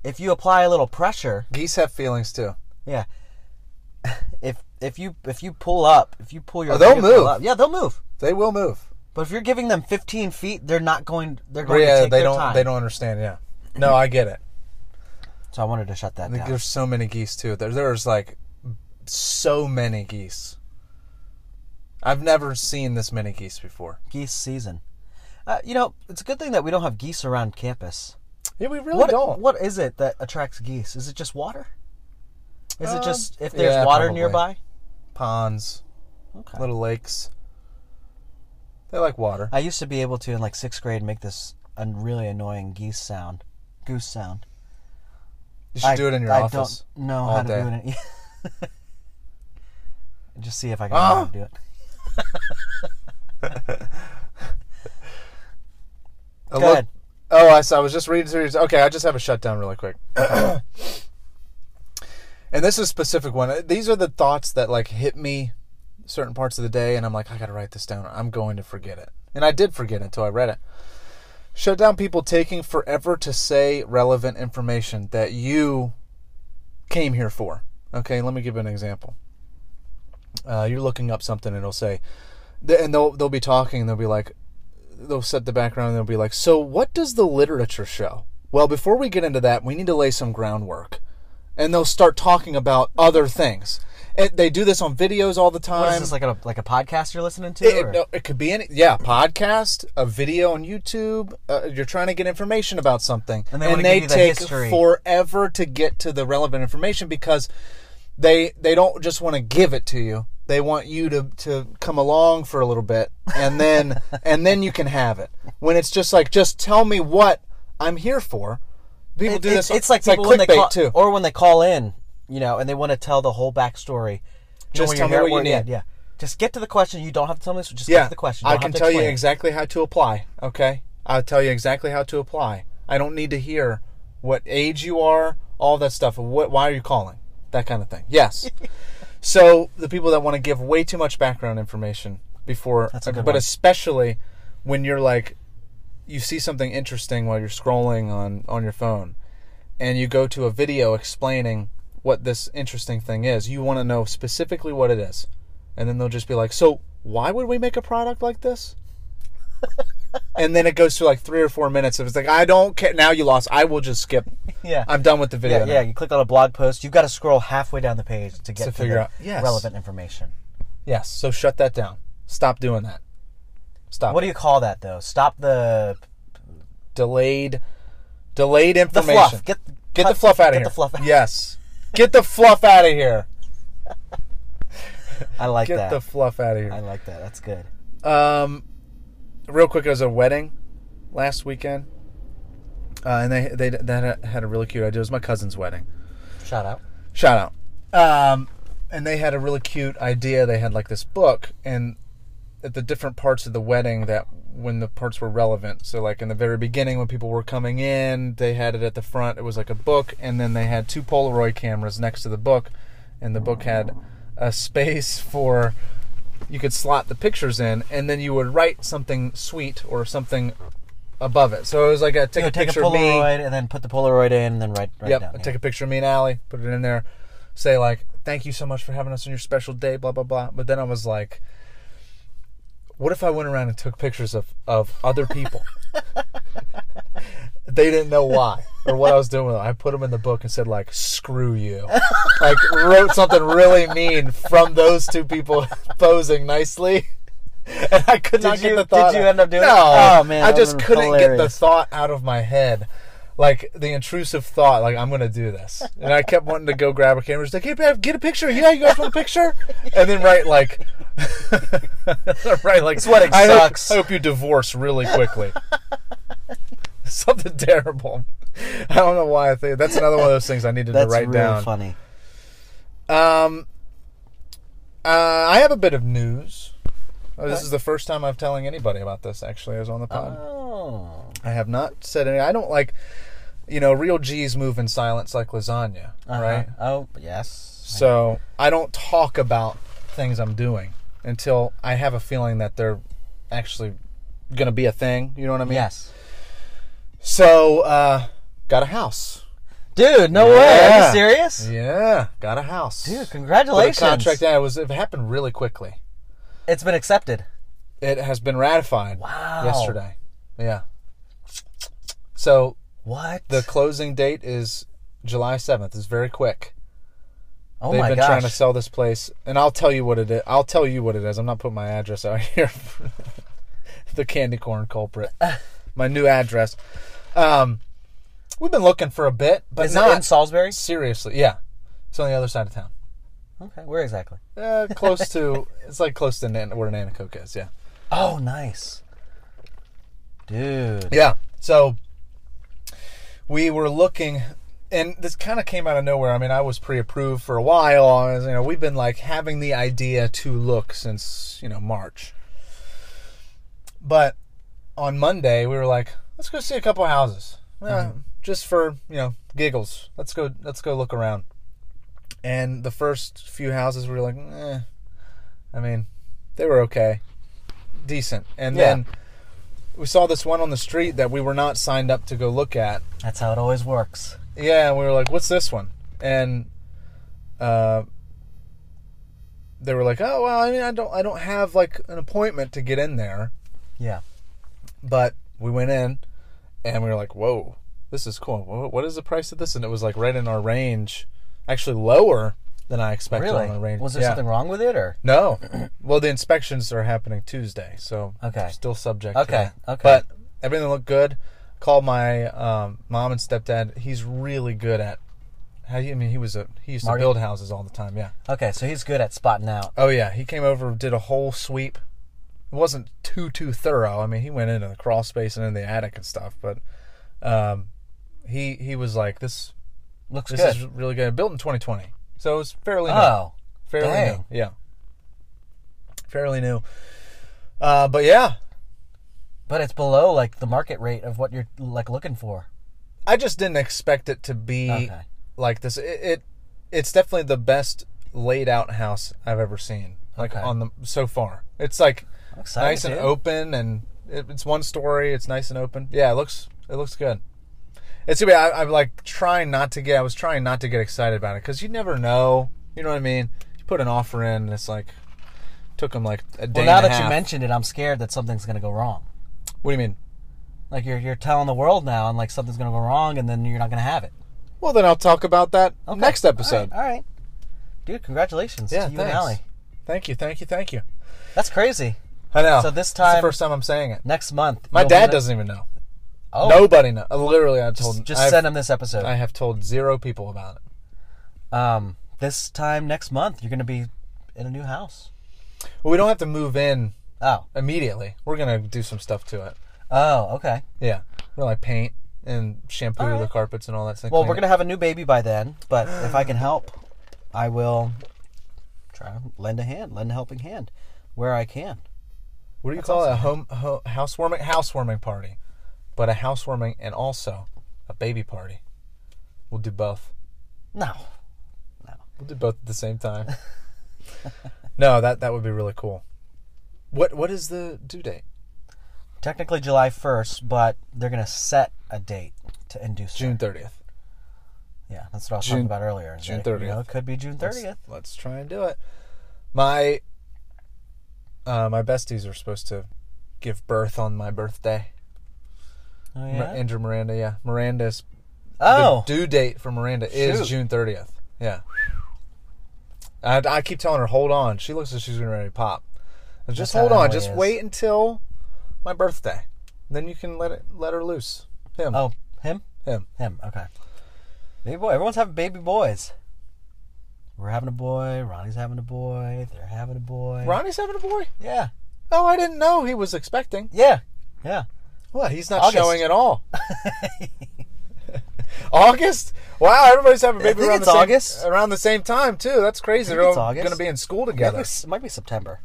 Speaker 1: If you apply a little pressure,
Speaker 2: Geese have feelings too.
Speaker 1: yeah. If if you if you pull up, if you pull your
Speaker 2: Oh, they'll
Speaker 1: vehicle
Speaker 2: move.
Speaker 1: up- yeah, they'll move.
Speaker 2: They will move.
Speaker 1: But if you're giving them 15 feet, they're not going. They're
Speaker 2: But
Speaker 1: going to
Speaker 2: yeah,
Speaker 1: take
Speaker 2: they
Speaker 1: their
Speaker 2: don't.
Speaker 1: time.
Speaker 2: They don't understand. Yeah. No, I get it.
Speaker 1: So I wanted to shut that
Speaker 2: I think
Speaker 1: down.
Speaker 2: There's so many geese too. There, there's like so many geese. I've never seen this many geese before.
Speaker 1: Geese season. Uh, you know, it's a good thing that we don't have geese around campus.
Speaker 2: Yeah, we really
Speaker 1: what,
Speaker 2: don't.
Speaker 1: What is it that attracts geese? Is it just water? Is
Speaker 2: Um,
Speaker 1: it just if there's
Speaker 2: yeah,
Speaker 1: water
Speaker 2: probably.
Speaker 1: nearby?
Speaker 2: Ponds,
Speaker 1: Okay.
Speaker 2: little lakes. They like water.
Speaker 1: I used to be able to in like sixth grade make this a really annoying geese sound, goose sound.
Speaker 2: You should
Speaker 1: I,
Speaker 2: do it in your
Speaker 1: I
Speaker 2: office.
Speaker 1: don't know
Speaker 2: all
Speaker 1: how to
Speaker 2: day.
Speaker 1: do it. In, just see if I can
Speaker 2: Ah!
Speaker 1: know how to do it.
Speaker 2: A
Speaker 1: Go
Speaker 2: lo-
Speaker 1: ahead.
Speaker 2: Oh, I, saw, I was just reading through. these- Okay, I just have a shutdown really quick. and this is a specific one. These are the thoughts that like hit me certain parts of the day, and I'm like, I gotta write this down. I'm going to forget it, and I did forget it until I read it. Shut down people taking forever to say relevant information that you came here for. Okay, let me give an example. Uh, you're looking up something, and it'll say, th- and they'll they'll be talking, and they'll be like, they'll set the background and they'll be like, so what does the literature show? Well, before we get into that, we need to lay some groundwork. And they'll start talking about other things. And they do this on videos all the time.
Speaker 1: What is this like a like a podcast you're listening to?
Speaker 2: It,
Speaker 1: or-
Speaker 2: it- no, it could be any, yeah, podcast, a video on YouTube. Uh, you're trying to get information about something,
Speaker 1: And they wanna give you the
Speaker 2: take
Speaker 1: history.
Speaker 2: forever to get to the relevant information because they they don't just want to give it to you. They want you to to come along for a little bit, and then and then you can have it. When it's just like, just tell me what I'm here for. People
Speaker 1: It-
Speaker 2: do
Speaker 1: it's,
Speaker 2: this.
Speaker 1: it's like people when they
Speaker 2: clickbait,
Speaker 1: call,
Speaker 2: too.
Speaker 1: or when they call in, you know, and they want to tell the whole backstory. You know,
Speaker 2: Just
Speaker 1: when
Speaker 2: tell
Speaker 1: you're
Speaker 2: me
Speaker 1: here
Speaker 2: what
Speaker 1: at
Speaker 2: you
Speaker 1: work,
Speaker 2: need.
Speaker 1: Yeah, yeah. Just get to the question. You don't have to tell me this. Just get
Speaker 2: Yeah,
Speaker 1: to the question. You
Speaker 2: I
Speaker 1: don't
Speaker 2: can
Speaker 1: have to
Speaker 2: tell you
Speaker 1: explain.
Speaker 2: exactly how to apply. Okay, I'll tell you exactly how to apply. I don't need to hear what age you are, all that stuff. What, why are you calling? That kind of thing. Yes. so the people that want to give way too much background information before,
Speaker 1: That's a good
Speaker 2: but
Speaker 1: one.
Speaker 2: especially when you're like, you see something interesting while you're scrolling on on your phone, and you go to a video explaining what this interesting thing is. You want to know specifically what it is and then they'll just be like, "So why would we make a product like this?" and then it goes through like three or four minutes of it's like, "I don't care." Now you lost. I will just skip.
Speaker 1: Yeah.
Speaker 2: I'm done with the video.
Speaker 1: Yeah,
Speaker 2: now.
Speaker 1: yeah, you click on a blog post. You've got to scroll halfway down the page to get
Speaker 2: To
Speaker 1: to,
Speaker 2: figure
Speaker 1: the
Speaker 2: out- yes.
Speaker 1: relevant information.
Speaker 2: Yes. So shut that down. Stop doing that. Stop.
Speaker 1: What do you call that though? Stop the
Speaker 2: delayed? Delayed
Speaker 1: the
Speaker 2: information.
Speaker 1: fluff. Get
Speaker 2: Get
Speaker 1: cut-
Speaker 2: the fluff out of
Speaker 1: get
Speaker 2: here.
Speaker 1: the fluff. out.
Speaker 2: Yes. Get the fluff out of here.
Speaker 1: I like
Speaker 2: Get
Speaker 1: that.
Speaker 2: the fluff out of here.
Speaker 1: I like that. That's good.
Speaker 2: Um, real quick, it was a wedding last weekend, uh, and they they that had a really cute idea. It was my cousin's wedding.
Speaker 1: Shout out.
Speaker 2: Shout out. Um, and they had a really cute idea. They had like this book, and at the different parts of the wedding that when the parts were relevant. So like in the very beginning when people were coming in, they had it at the front. It was like a book, and then they had two Polaroid cameras next to the book, and the book had a space for you could slot the pictures in, and then you would write something sweet or something above it. So it was like a take
Speaker 1: You
Speaker 2: a
Speaker 1: would take a
Speaker 2: picture of me
Speaker 1: Polaroid and then put the Polaroid in and then write, write
Speaker 2: yep.
Speaker 1: down.
Speaker 2: I
Speaker 1: yeah.
Speaker 2: Take a picture of me and Allie, put it in there, say like, "Thank you so much for having us on your special day," blah blah blah. But then I was like, "What if I went around and took pictures of of other people?" they didn't know why or what I was doing with them. I put them in the book and said like, "Screw you," like wrote something really mean from those two people posing nicely. And I could not
Speaker 1: Did
Speaker 2: get
Speaker 1: you-
Speaker 2: the thought.
Speaker 1: did you
Speaker 2: out.
Speaker 1: end up doing it?
Speaker 2: no,
Speaker 1: Oh, man,
Speaker 2: I
Speaker 1: that
Speaker 2: just
Speaker 1: would've been
Speaker 2: couldn't get the
Speaker 1: hilarious.
Speaker 2: thought out of my head. Like the intrusive thought, like I'm gonna do this, and I kept wanting to go grab a camera. Just like, hey, babe, get a picture. Yeah, you guys want a picture? And then write like, right, like
Speaker 1: This wedding
Speaker 2: I hope-
Speaker 1: sucks."
Speaker 2: I hope you divorce really quickly. Something terrible. I don't know why I think that's another one of those things I needed
Speaker 1: That's
Speaker 2: to write
Speaker 1: really
Speaker 2: down.
Speaker 1: funny.
Speaker 2: Um, uh, I have a bit of news. Oh, this is the first time I'm telling anybody about this. Actually, I was on the pod.
Speaker 1: Oh,
Speaker 2: I have not said any. I don't like, you know, real G's move in silence like lasagna,
Speaker 1: uh-huh.
Speaker 2: right?
Speaker 1: Oh, yes.
Speaker 2: So I don't talk about things I'm doing until I have a feeling that they're actually going to be a thing. You know what I mean?
Speaker 1: yes.
Speaker 2: So, uh, got a house.
Speaker 1: Dude, no way. Are
Speaker 2: Yeah.
Speaker 1: you serious?
Speaker 2: Yeah, got a house.
Speaker 1: Dude,
Speaker 2: Put a
Speaker 1: congratulations.
Speaker 2: contract. Yeah, it was. It happened really quickly.
Speaker 1: It's been accepted.
Speaker 2: It has been ratified.
Speaker 1: Wow.
Speaker 2: Yesterday. Yeah. So
Speaker 1: What?
Speaker 2: the closing date is July seventh. It's very quick.
Speaker 1: oh
Speaker 2: They've
Speaker 1: my
Speaker 2: been
Speaker 1: gosh.
Speaker 2: trying to sell this place, and I'll tell you what it is. I'll tell you what it is. I'm not putting my address out here. the candy corn culprit. my new address. Um, we've been looking for a bit, but
Speaker 1: Is
Speaker 2: not
Speaker 1: it in Salisbury?
Speaker 2: seriously. Yeah, it's on the other side of town.
Speaker 1: Okay, where exactly?
Speaker 2: Uh, close to. It's like close to Nan- where Nanacoke is. Yeah.
Speaker 1: Oh, nice. Dude.
Speaker 2: Yeah. So we were looking, and this kind of came out of nowhere. I mean, I was pre-approved for a while. I was, you know, we've been like having the idea to look since you know March. But on Monday, we were like, let's go see a couple houses, Eh, just for you know giggles. Let's go. Let's go look around. And the first few houses we were like, eh. I mean, they were okay, decent. And
Speaker 1: Yeah.
Speaker 2: then we saw this one on the street that we were not signed up to go look at.
Speaker 1: That's how it always works.
Speaker 2: Yeah, and we were like, "What's this one?" And uh, they were like, "Oh well, I mean, I don't, I don't have like an appointment to get in there."
Speaker 1: Yeah.
Speaker 2: But we went in, and we were like, "Whoa, this is cool. Wha- What is the price of this?" And it was like right in our range, actually lower than I expected
Speaker 1: Really?
Speaker 2: on our range.
Speaker 1: Was there
Speaker 2: Yeah.
Speaker 1: something wrong with it or?
Speaker 2: No. Well, the inspections are happening Tuesday, so
Speaker 1: Okay.
Speaker 2: still subject.
Speaker 1: Okay,
Speaker 2: To that.
Speaker 1: okay.
Speaker 2: But everything looked good. Called my um, mom and stepdad. He's really good at. How you, I mean, he was a he used
Speaker 1: Marty?
Speaker 2: to build houses all the time. Yeah.
Speaker 1: Okay, so he's good at spotting out.
Speaker 2: Oh yeah, he came over, did a whole sweep. It wasn't too too thorough. I mean, he went into the crawl space and in the attic and stuff, but um, he he was like this.
Speaker 1: Looks
Speaker 2: This
Speaker 1: good.
Speaker 2: is really good. Built in 2020, so it was fairly. new.
Speaker 1: oh.
Speaker 2: Fairly
Speaker 1: Dang.
Speaker 2: new. Yeah. Fairly new. Uh, but yeah,
Speaker 1: But it's below like the market rate of what you're like looking for.
Speaker 2: I just didn't expect it to be
Speaker 1: Okay.
Speaker 2: like this. It, it it's definitely the best laid out house I've ever seen. Like
Speaker 1: Okay.
Speaker 2: on the so far, it's like
Speaker 1: I'm excited,
Speaker 2: nice and
Speaker 1: dude.
Speaker 2: open, and it, it's one story. It's nice and open. Yeah, it looks it looks good. It's gonna be. I, I'm like trying not to get. I was trying not to get excited about it because you never know. You know what I mean? You put an offer in, and it's like took him like a
Speaker 1: Well,
Speaker 2: day.
Speaker 1: now
Speaker 2: and a
Speaker 1: that you
Speaker 2: half.
Speaker 1: mentioned it, I'm scared that something's going to go wrong.
Speaker 2: what do you mean?
Speaker 1: Like you're you're telling the world now, and like something's going to go wrong, and then you're not going to have it.
Speaker 2: Well, then I'll talk about that
Speaker 1: Okay.
Speaker 2: next episode.
Speaker 1: All right, all right. dude. Congratulations
Speaker 2: Yeah,
Speaker 1: to you
Speaker 2: thanks.
Speaker 1: and Allie.
Speaker 2: Thank you, thank you, thank you.
Speaker 1: That's crazy.
Speaker 2: I know.
Speaker 1: So this
Speaker 2: It's
Speaker 1: time-
Speaker 2: the first time I'm saying it.
Speaker 1: Next month,
Speaker 2: My
Speaker 1: you'll
Speaker 2: dad
Speaker 1: be-
Speaker 2: doesn't even know.
Speaker 1: Oh,
Speaker 2: Nobody knows. Literally, I told.
Speaker 1: Just, just
Speaker 2: I've-
Speaker 1: send him this episode.
Speaker 2: I have told zero people about it.
Speaker 1: um, this time next month, you're going to be in a new house.
Speaker 2: Well, we don't have to move in
Speaker 1: Oh,
Speaker 2: immediately. We're gonna do some stuff to it.
Speaker 1: oh, okay.
Speaker 2: Yeah, we're like paint and shampoo
Speaker 1: All right.
Speaker 2: the carpets and all that stuff.
Speaker 1: Well, we're going to have a new baby by then, but if I can help, I will try to lend a hand, lend a helping hand where I can.
Speaker 2: What do you
Speaker 1: That's
Speaker 2: call it? A
Speaker 1: awesome.
Speaker 2: home, ho housewarming housewarming party, but a housewarming and also a baby party. We'll do both.
Speaker 1: No.
Speaker 2: We'll do both at the same time. no, that that would be really cool. What what is the due date?
Speaker 1: Technically July 1st, but they're going to set a date to induce her.
Speaker 2: June thirtieth.
Speaker 1: Yeah, that's what I was
Speaker 2: June-
Speaker 1: talking about earlier. is
Speaker 2: June
Speaker 1: that, You know,
Speaker 2: 30th.
Speaker 1: it could be June 30th.
Speaker 2: Let's, let's try and do it. My uh, my besties are supposed to give birth on my birthday.
Speaker 1: Oh,
Speaker 2: Mir-
Speaker 1: yeah.
Speaker 2: Andrew Miranda, yeah. Miranda's
Speaker 1: oh,
Speaker 2: the due date for Miranda
Speaker 1: Shoot.
Speaker 2: is June thirtieth. Yeah. I, I keep telling her, hold on. She looks like she's getting ready to pop. I said,
Speaker 1: That's
Speaker 2: Just
Speaker 1: how
Speaker 2: hold on.
Speaker 1: Emily
Speaker 2: Just
Speaker 1: is.
Speaker 2: wait until my birthday. Then you can let it let her loose. Him.
Speaker 1: oh, him?
Speaker 2: Him.
Speaker 1: Him, okay. Baby boy. Everyone's having baby boys. We're having a boy. Ronnie's having a boy. They're having a boy.
Speaker 2: Ronnie's having a boy.
Speaker 1: Yeah.
Speaker 2: Oh, I didn't know he was expecting.
Speaker 1: Yeah. Yeah.
Speaker 2: What? He's not
Speaker 1: August.
Speaker 2: showing at all. August? Wow, everybody's having a
Speaker 1: I
Speaker 2: baby
Speaker 1: think
Speaker 2: around
Speaker 1: it's
Speaker 2: the same,
Speaker 1: August.
Speaker 2: around the same time too. That's crazy.
Speaker 1: I think
Speaker 2: They're
Speaker 1: it's
Speaker 2: all
Speaker 1: August.
Speaker 2: going to be in school
Speaker 1: I think
Speaker 2: together.
Speaker 1: it's- It might be September.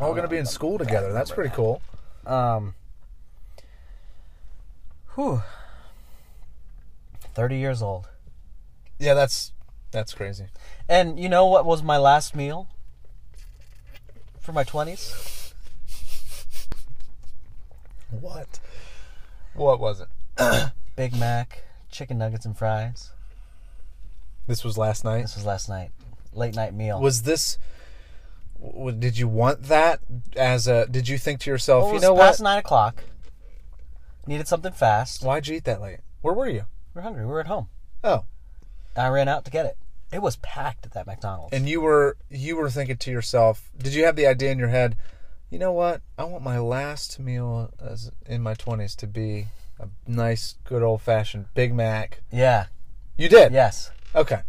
Speaker 2: All going to be in school together. That's pretty cool.
Speaker 1: Um, whew. 30 years old.
Speaker 2: Yeah, that's that's crazy.
Speaker 1: And you know what was my last meal for my 20s?
Speaker 2: What? What was it?
Speaker 1: Big Mac, chicken nuggets and fries.
Speaker 2: This was last night.
Speaker 1: This was last night. Late night meal.
Speaker 2: Was this? w- Did you want that as a? Did you think to yourself,
Speaker 1: Well, it
Speaker 2: you
Speaker 1: was
Speaker 2: know what?
Speaker 1: Oh, past 9 o'clock. Needed something fast.
Speaker 2: Why'd you eat that late? Where were you?
Speaker 1: We're hungry. We're at home.
Speaker 2: Oh,
Speaker 1: I ran out to get it. It was packed at that McDonald's.
Speaker 2: and you were you were thinking to yourself did you have the idea in your head you know what i want my last meal as in my 20s to be a nice good old fashioned big mac
Speaker 1: yeah.
Speaker 2: you did
Speaker 1: Yes.
Speaker 2: okay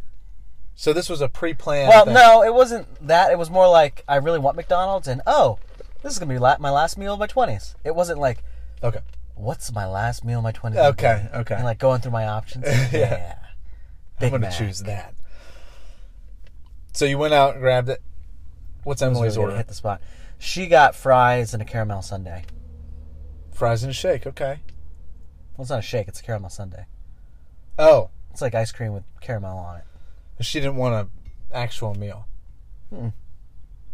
Speaker 2: so this was a pre-planned
Speaker 1: Well,
Speaker 2: thing.
Speaker 1: no, it wasn't that. It was more like I really want McDonald's, and oh, this is gonna be la- my last meal of my twenties. It wasn't like
Speaker 2: okay
Speaker 1: what's my last meal of my twenties.
Speaker 2: okay okay
Speaker 1: And like going through my options. yeah.
Speaker 2: i'm
Speaker 1: Big
Speaker 2: gonna
Speaker 1: Mac.
Speaker 2: choose that so you went out and grabbed it what's
Speaker 1: It was
Speaker 2: emily's
Speaker 1: really gonna
Speaker 2: order
Speaker 1: hit the spot. She got fries and a caramel sundae.
Speaker 2: fries and a shake okay
Speaker 1: Well, it's not a shake; it's a caramel sundae.
Speaker 2: oh
Speaker 1: It's like ice cream with caramel on it.
Speaker 2: she didn't want an actual meal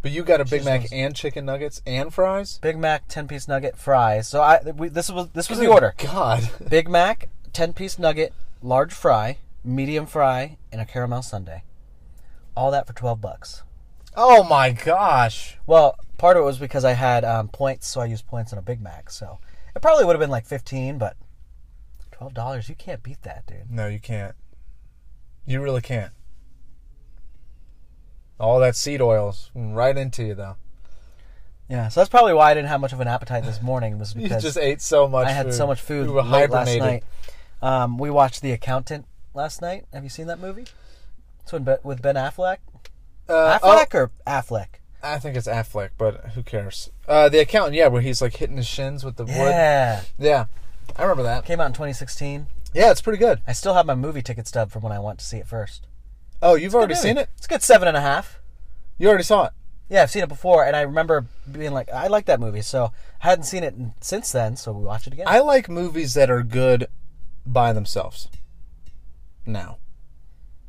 Speaker 2: but you got a big
Speaker 1: Hmm. just
Speaker 2: mac
Speaker 1: wants-
Speaker 2: and chicken nuggets and fries
Speaker 1: Big Mac, ten-piece nugget, fries. So I we, this was this was the
Speaker 2: Good
Speaker 1: order:
Speaker 2: God.
Speaker 1: Big Mac, ten-piece nugget, large fry, medium fry, and a caramel sundae. All that for twelve bucks.
Speaker 2: Oh my gosh.
Speaker 1: Well, part of it was because I had um, points, so I used points on a Big Mac. So it probably would have been like fifteen, but twelve dollars—you can't beat that, dude.
Speaker 2: No, you can't. You really can't. All that seed oils right into you though.
Speaker 1: Yeah, so that's probably why I didn't have much of an appetite this morning was
Speaker 2: You
Speaker 1: because
Speaker 2: just ate so much.
Speaker 1: I had
Speaker 2: food.
Speaker 1: so much food
Speaker 2: You were
Speaker 1: late last
Speaker 2: hibernating.
Speaker 1: night. Um, we watched The Accountant last night. Have you seen that movie? It's with Ben, with ben Affleck.
Speaker 2: Uh,
Speaker 1: Affleck or Affleck?
Speaker 2: oh, I think it's Affleck, but who cares? Uh, the accountant, yeah, where he's like hitting his shins with the
Speaker 1: Yeah,
Speaker 2: wood. Yeah, I remember that.
Speaker 1: came out in 2016.
Speaker 2: Yeah, it's pretty good.
Speaker 1: I still have my movie ticket stub from when I went to see it first.
Speaker 2: Oh, you've already
Speaker 1: Good
Speaker 2: seen
Speaker 1: movie.
Speaker 2: it.
Speaker 1: It's a good seven and a half.
Speaker 2: You already saw it.
Speaker 1: Yeah, I've seen it before, and I remember being like, I like that movie, so I hadn't seen it in- since then, so we watched it again.
Speaker 2: I like movies that are good by themselves. Now.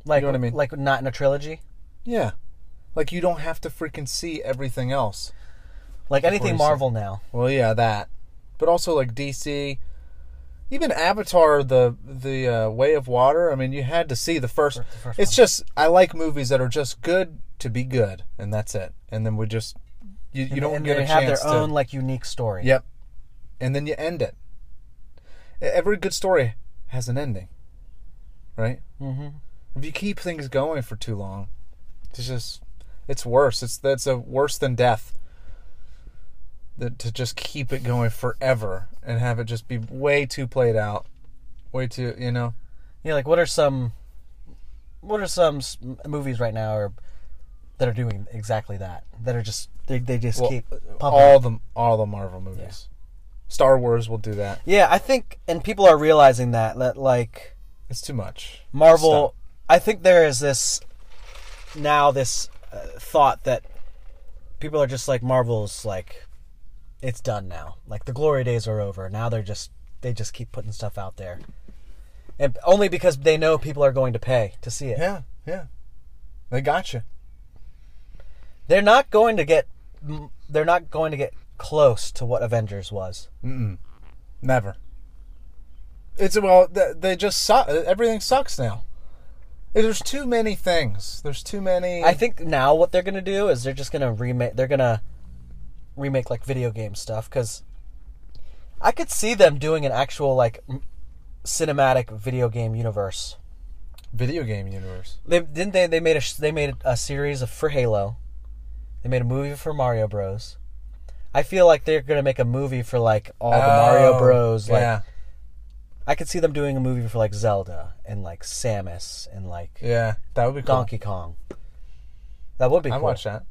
Speaker 1: like,
Speaker 2: know what I mean?
Speaker 1: Like, not in a trilogy.
Speaker 2: Yeah. Like you don't have to freaking see everything else.
Speaker 1: Like anything
Speaker 2: you
Speaker 1: Marvel now.
Speaker 2: Well, yeah, that. But also like DC, even Avatar the the uh, Way of Water, I mean, you had to see the first,
Speaker 1: The first
Speaker 2: It's just I like movies that are just good to be good and that's it. And then we just you, you don't
Speaker 1: and
Speaker 2: get
Speaker 1: they
Speaker 2: a
Speaker 1: have
Speaker 2: chance
Speaker 1: their own
Speaker 2: to
Speaker 1: like unique story.
Speaker 2: Yep. And then you end it. E- Every good story has an ending. Right?
Speaker 1: Mm-hmm.
Speaker 2: if you keep things going for too long, it's just it's worse. It's that's a worse than death. That to just keep it going forever and have it just be way too played out, way too you know.
Speaker 1: Yeah, like what are some, what are some s- m- movies right now or that are doing exactly that? That are just they, they just
Speaker 2: Well, uh,
Speaker 1: keep pumping.
Speaker 2: all the all the Marvel movies, Star Wars will do that.
Speaker 1: yeah, I think, and people are realizing that that like
Speaker 2: It's too much.
Speaker 1: Marvel.
Speaker 2: Stop.
Speaker 1: I think there is this now this uh, thought that people are just like Marvel's like it's done now. Like the glory days are over. Now they're just they just keep putting stuff out there. And only because they know people are going to pay to see it.
Speaker 2: Yeah, yeah. They got you.
Speaker 1: They're not going to get m- they're not going to get close to what Avengers was.
Speaker 2: Mm-mm. Never. It's well, th- they just suck. Everything sucks now. There's too many things. There's too many.
Speaker 1: I think now what they're gonna do is they're just gonna remake. They're gonna remake like video game stuff because I could see them doing an actual like m- cinematic video game universe.
Speaker 2: video game universe.
Speaker 1: They didn't they? They made a sh- they made a series of for Halo. They made a movie for Mario Bros. I feel like they're gonna make a movie for like all the Mario
Speaker 2: Oh,
Speaker 1: Bros. Like
Speaker 2: yeah,
Speaker 1: I could see them doing a movie for like Zelda and like Samus and like
Speaker 2: yeah, that would be cool.
Speaker 1: Donkey Kong. That would be.
Speaker 2: I
Speaker 1: cool.
Speaker 2: watch that.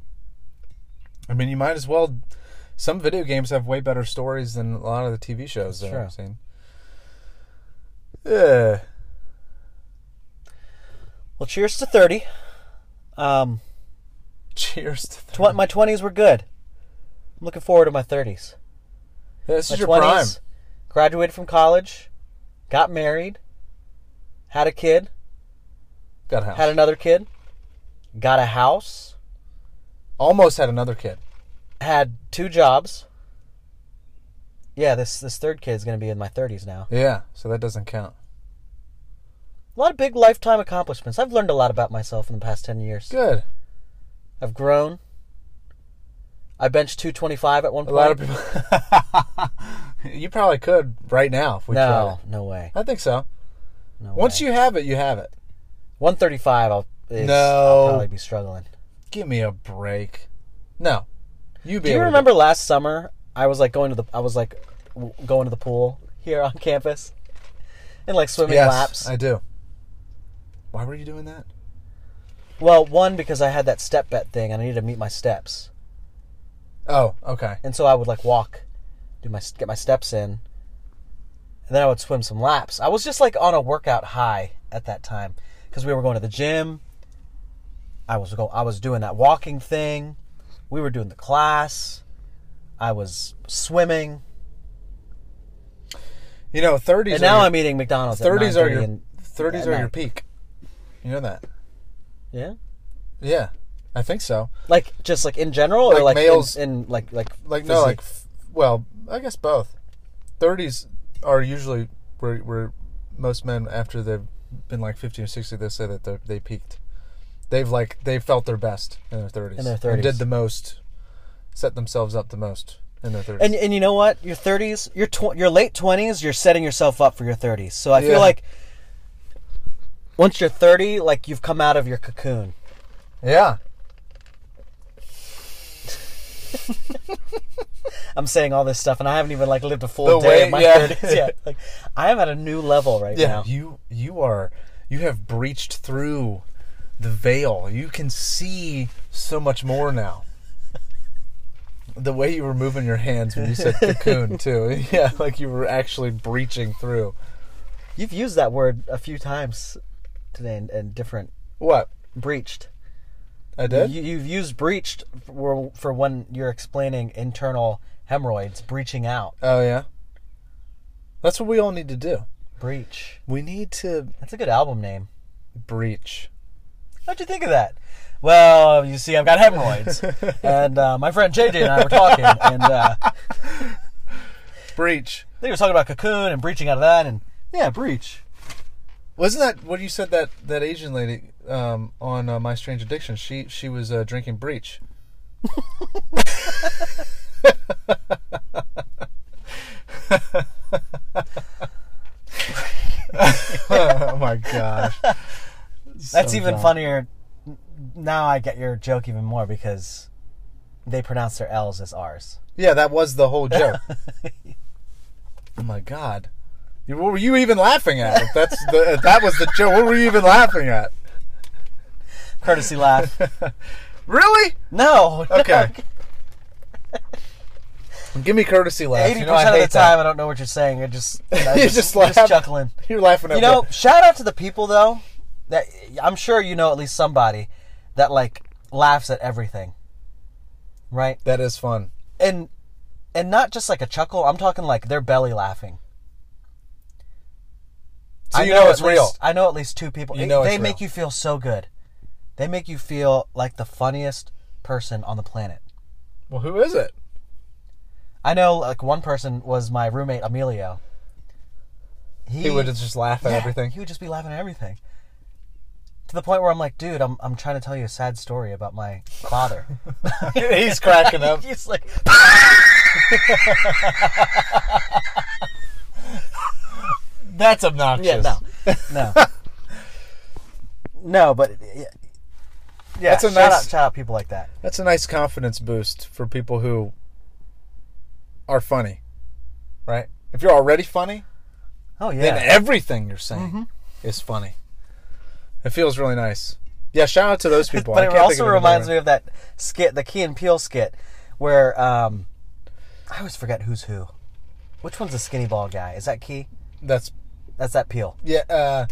Speaker 2: I mean, you might as well. Some video games have way better stories than a lot of the TV shows that I've seen. Yeah.
Speaker 1: Well, cheers to thirty. Um,
Speaker 2: Cheers to that.
Speaker 1: tw- my twenties were good. I'm looking forward to my thirties.
Speaker 2: This
Speaker 1: My
Speaker 2: is your prime.
Speaker 1: graduated from college, got married, had a kid,
Speaker 2: Got a house.
Speaker 1: had another kid, got a house,
Speaker 2: Almost had another kid.
Speaker 1: had two jobs. Yeah, this this third kid's gonna be in my thirties now.
Speaker 2: Yeah, so that doesn't count.
Speaker 1: A lot of big lifetime accomplishments. I've learned a lot about myself in the past ten years.
Speaker 2: Good.
Speaker 1: I've grown. I benched two twenty five at one
Speaker 2: A
Speaker 1: point.
Speaker 2: lot of people. you probably could right now if we tried.
Speaker 1: no,
Speaker 2: it.
Speaker 1: no way.
Speaker 2: I think so.
Speaker 1: No
Speaker 2: Once you have it, you have it.
Speaker 1: one thirty five, I'll is,
Speaker 2: No.
Speaker 1: I'll probably be struggling.
Speaker 2: Give me a break. No, you
Speaker 1: Do
Speaker 2: be.
Speaker 1: you
Speaker 2: able to-
Speaker 1: remember last summer? I was like going to the I was like w- going to the pool here on campus, and like swimming
Speaker 2: yes,
Speaker 1: laps.
Speaker 2: I do. Why were you doing that?
Speaker 1: Well, one because I had that step bet thing, and I needed to meet my steps,
Speaker 2: Oh, okay.
Speaker 1: and so I would like walk, do my get my steps in, and then I would swim some laps. I was just like on a workout high at that time because we were going to the gym. I was go I was doing that walking thing. We were doing the class. I was swimming.
Speaker 2: You know, thirties.
Speaker 1: And now
Speaker 2: are
Speaker 1: I'm eating McDonald's.
Speaker 2: your, thirties are your
Speaker 1: and,
Speaker 2: thirties
Speaker 1: at
Speaker 2: are your
Speaker 1: night.
Speaker 2: peak. You know that?
Speaker 1: yeah,
Speaker 2: Yeah, I think so.
Speaker 1: like just like in general, or
Speaker 2: Like
Speaker 1: like
Speaker 2: males-
Speaker 1: in, in like like
Speaker 2: Like no, like
Speaker 1: physique?
Speaker 2: f- well, I guess both. Thirties are usually where where most men after they've been like fifty or sixty, they say that they they peaked. They've like they felt their best in their thirties.
Speaker 1: In their
Speaker 2: and
Speaker 1: 30s.
Speaker 2: did the most, set themselves up the most in their thirties.
Speaker 1: and and you know what? Your 30s, your tw- your late 20s, you're setting yourself up for your 30s. So I
Speaker 2: Yeah.
Speaker 1: feel like once you're 30, like you've come out of your cocoon.
Speaker 2: yeah,
Speaker 1: I'm saying all this stuff, and I haven't even like lived a full
Speaker 2: The
Speaker 1: day
Speaker 2: way-
Speaker 1: in my
Speaker 2: yeah.
Speaker 1: 30s yet. Like I am at a new level right
Speaker 2: yeah.
Speaker 1: now.
Speaker 2: You you are you have breached through the veil. You can see so much more now. The way you were moving your hands when you said cocoon too, yeah, like you were actually breaching through.
Speaker 1: You've used that word a few times today, and, and different
Speaker 2: What
Speaker 1: breached.
Speaker 2: I did?
Speaker 1: You, you've used breached for, for when you're explaining internal hemorrhoids, breaching out.
Speaker 2: oh yeah. That's what we all need to do.
Speaker 1: Breach.
Speaker 2: We need to
Speaker 1: That's a good album name.
Speaker 2: breach.
Speaker 1: How'd you think of that? Well, you see, I've got hemorrhoids. and uh, my friend JJ and I were talking, and uh,
Speaker 2: Breach.
Speaker 1: they were talking about cocoon and breaching out of that, and yeah, breach.
Speaker 2: Wasn't that what you said that that Asian lady um, on uh, My Strange Addiction? She she was uh, drinking breach. oh my gosh.
Speaker 1: That's
Speaker 2: So
Speaker 1: even
Speaker 2: dumb.
Speaker 1: funnier. N- Now I get your joke even more because they pronounce their L's as R's.
Speaker 2: Yeah, that was the whole joke. oh my god. You- What were you even laughing at? If that's the, if that was the joke. What were you even laughing at?
Speaker 1: Courtesy laugh.
Speaker 2: Really?
Speaker 1: No.
Speaker 2: Okay. Give me courtesy laughs.
Speaker 1: Eighty
Speaker 2: You know I
Speaker 1: percent
Speaker 2: hate
Speaker 1: of the
Speaker 2: that.
Speaker 1: time, I don't know what you're saying. You're just, you know,
Speaker 2: You're
Speaker 1: just,
Speaker 2: just
Speaker 1: just
Speaker 2: laughing.
Speaker 1: chuckling.
Speaker 2: You're laughing at
Speaker 1: You know,
Speaker 2: what-
Speaker 1: shout out to the people though. That I'm sure you know at least somebody that like laughs at everything. Right?
Speaker 2: That is fun.
Speaker 1: And and not just like a chuckle, I'm talking like their belly laughing.
Speaker 2: So
Speaker 1: I
Speaker 2: you know,
Speaker 1: at
Speaker 2: it's real.
Speaker 1: least- I know at least two people.
Speaker 2: You know
Speaker 1: they
Speaker 2: it's
Speaker 1: make
Speaker 2: real.
Speaker 1: you feel so good. They make you feel like the funniest person on the planet.
Speaker 2: Well, who is it?
Speaker 1: I know like one person was my roommate Emilio.
Speaker 2: He would just laugh at
Speaker 1: Yeah,
Speaker 2: everything.
Speaker 1: He would just be laughing at everything. To the point where I'm like, dude, I'm I'm trying to tell you a sad story about my father.
Speaker 2: He's cracking up.
Speaker 1: He's like,
Speaker 2: That's obnoxious.
Speaker 1: yeah, no, no, no, but yeah, yeah
Speaker 2: That's a
Speaker 1: shout
Speaker 2: nice-
Speaker 1: out, shout out people like that.
Speaker 2: That's a nice confidence boost for people who are funny, right? If you're already funny,
Speaker 1: Oh yeah,
Speaker 2: then everything you're saying
Speaker 1: Mm-hmm.
Speaker 2: is funny. It feels really nice. Yeah, shout out to those people.
Speaker 1: but
Speaker 2: I
Speaker 1: it
Speaker 2: can't think
Speaker 1: also
Speaker 2: of another
Speaker 1: reminds
Speaker 2: one.
Speaker 1: me of that skit, the Key and Peele skit, where um, I always forget who's who. Which one's the skinny ball guy? Is that Key?
Speaker 2: that's
Speaker 1: That's that Peel.
Speaker 2: yeah. Uh,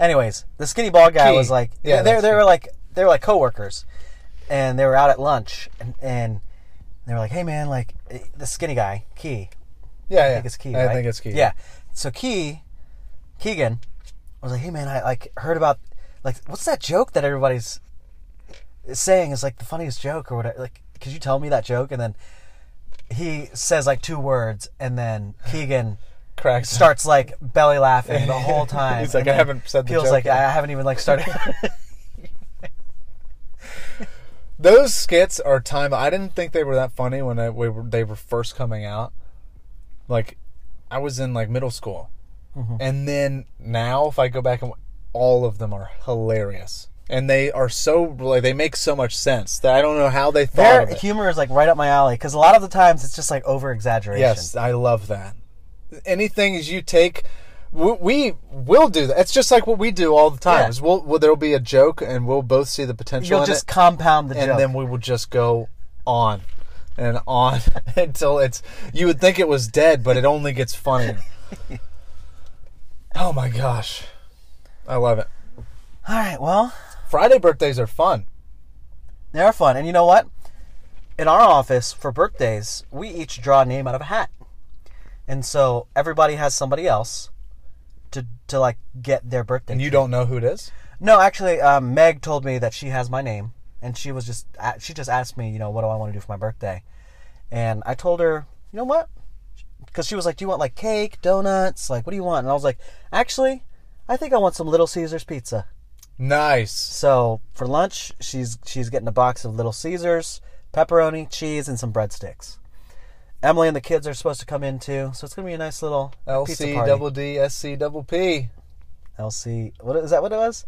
Speaker 1: Anyways, the skinny bald guy
Speaker 2: Key.
Speaker 1: was like,
Speaker 2: Yeah,
Speaker 1: they
Speaker 2: that's
Speaker 1: they
Speaker 2: it.
Speaker 1: were like they were like coworkers, and they were out at lunch, and, and they were like, hey man, like eh, the skinny guy, Key,
Speaker 2: yeah, yeah.
Speaker 1: I think it's Key.
Speaker 2: I
Speaker 1: right?
Speaker 2: think it's key.
Speaker 1: Yeah. So Key, Keegan, was like, hey man, I like heard about like what's that joke that everybody's saying is like the funniest joke or whatever. Like, could you tell me that joke? And then he says like two words, and then Keegan
Speaker 2: cracks.
Speaker 1: starts like belly laughing the whole time.
Speaker 2: He's like,
Speaker 1: And
Speaker 2: "I
Speaker 1: then
Speaker 2: haven't said the
Speaker 1: Peel's
Speaker 2: joke
Speaker 1: like,
Speaker 2: yet."
Speaker 1: I haven't even like started.
Speaker 2: Those skits are time. I didn't think they were that funny when I, we were, they were first coming out. Like, I was in like middle school,
Speaker 1: Mm-hmm.
Speaker 2: and then now if I go back and all of them are hilarious, and they are so like they make so much sense that I don't know how they thought
Speaker 1: Their
Speaker 2: of it.
Speaker 1: humor is like right up my alley because a lot of the times it's just like over exaggeration.
Speaker 2: Yes, I love that. Anything is you take, we, we will do that. It's just like what we do all the time.
Speaker 1: Yeah.
Speaker 2: Is we'll, well, there'll be a joke, and we'll both see the potential.
Speaker 1: You'll
Speaker 2: in
Speaker 1: just
Speaker 2: it,
Speaker 1: compound the
Speaker 2: and
Speaker 1: joke.
Speaker 2: then we will just go on and on until it's. You would think it was dead, but it only gets funnier. oh my gosh, I love it.
Speaker 1: All right, well,
Speaker 2: Friday birthdays are fun.
Speaker 1: they're fun. And you know what? In our office for birthdays, we each draw a name out of a hat. And so everybody has somebody else to, to like get their birthday.
Speaker 2: And you don't know who it is.
Speaker 1: No, actually, um, Meg told me that she has my name, and she was just a- she just asked me, you know, what do I want to do for my birthday, and I told her, you know what, because she was like, do you want like cake, donuts, like what do you want? And I was like, actually, I think I want some Little Caesars pizza.
Speaker 2: Nice.
Speaker 1: So for lunch, she's she's getting a box of Little Caesars, pepperoni, cheese, and some breadsticks. Emily and the kids are supposed to come in too, so it's gonna be a nice little pizza
Speaker 2: LC
Speaker 1: party.
Speaker 2: double D S C double P.
Speaker 1: LC. What is that? What it was?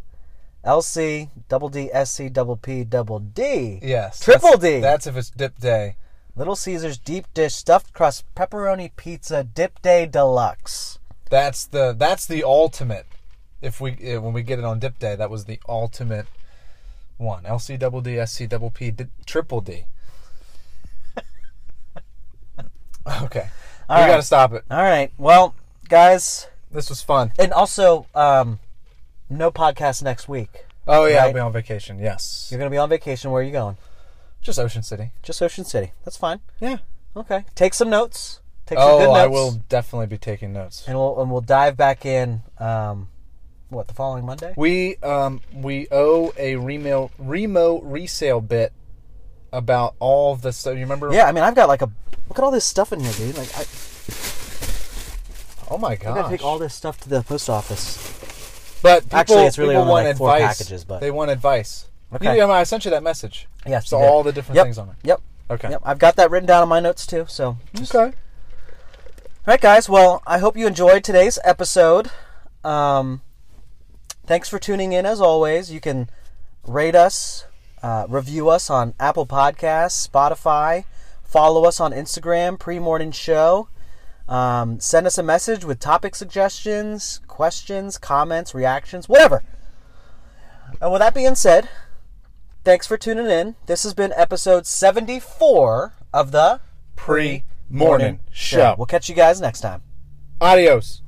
Speaker 1: LC double D S C double P double D.
Speaker 2: Yes.
Speaker 1: Triple
Speaker 2: that's-
Speaker 1: D.
Speaker 2: That's if it's dip day.
Speaker 1: Little Caesars deep dish stuffed crust pepperoni pizza dip day deluxe.
Speaker 2: That's the that's the ultimate. If we eh, when we get it on dip day, that was the ultimate one. LC double D, SC double P, D, triple D. Okay, we
Speaker 1: right.
Speaker 2: gotta stop it.
Speaker 1: All right. Well, guys,
Speaker 2: This was fun.
Speaker 1: and also um no podcast next week.
Speaker 2: Oh yeah, I'll
Speaker 1: Right.
Speaker 2: be on vacation. Yes,
Speaker 1: You're going to be on vacation. Where are you going?
Speaker 2: just Ocean City.
Speaker 1: Just Ocean City. That's fine.
Speaker 2: Yeah.
Speaker 1: Okay. Take some notes. Take some good
Speaker 2: Oh,
Speaker 1: notes.
Speaker 2: I will definitely be taking notes.
Speaker 1: And we'll and we'll dive back in um what the following Monday?
Speaker 2: We um we owe a remo remo resale bit about all the stuff. You remember?
Speaker 1: Yeah, I mean, I've got like a look at all this stuff in here, dude. Like I
Speaker 2: Oh my
Speaker 1: I
Speaker 2: gosh.
Speaker 1: gotta take all this stuff to the post office.
Speaker 2: But people,
Speaker 1: Actually, it's really
Speaker 2: people
Speaker 1: only,
Speaker 2: want
Speaker 1: like, four
Speaker 2: advice.
Speaker 1: packages, but-
Speaker 2: they want advice.
Speaker 1: Okay.
Speaker 2: You, I, mean, I sent you that message.
Speaker 1: Yes,
Speaker 2: So
Speaker 1: you did.
Speaker 2: all the different
Speaker 1: Yep.
Speaker 2: things on it.
Speaker 1: Yep.
Speaker 2: Okay. Hmm.
Speaker 1: Yep. I've got that written down in my notes too. So, all
Speaker 2: Okay.
Speaker 1: right, guys. Well, I hope you enjoyed today's episode. Um, thanks for tuning in. As always, you can rate us, uh, review us on Apple Podcasts, Spotify, follow us on Instagram, Pre Morning Show. Um, send us a message with topic suggestions, questions, comments, reactions, whatever. And with that being said, thanks for tuning in. This has been episode 74 of the
Speaker 2: Pre morning show.
Speaker 1: We'll catch you guys next time.
Speaker 2: Adios.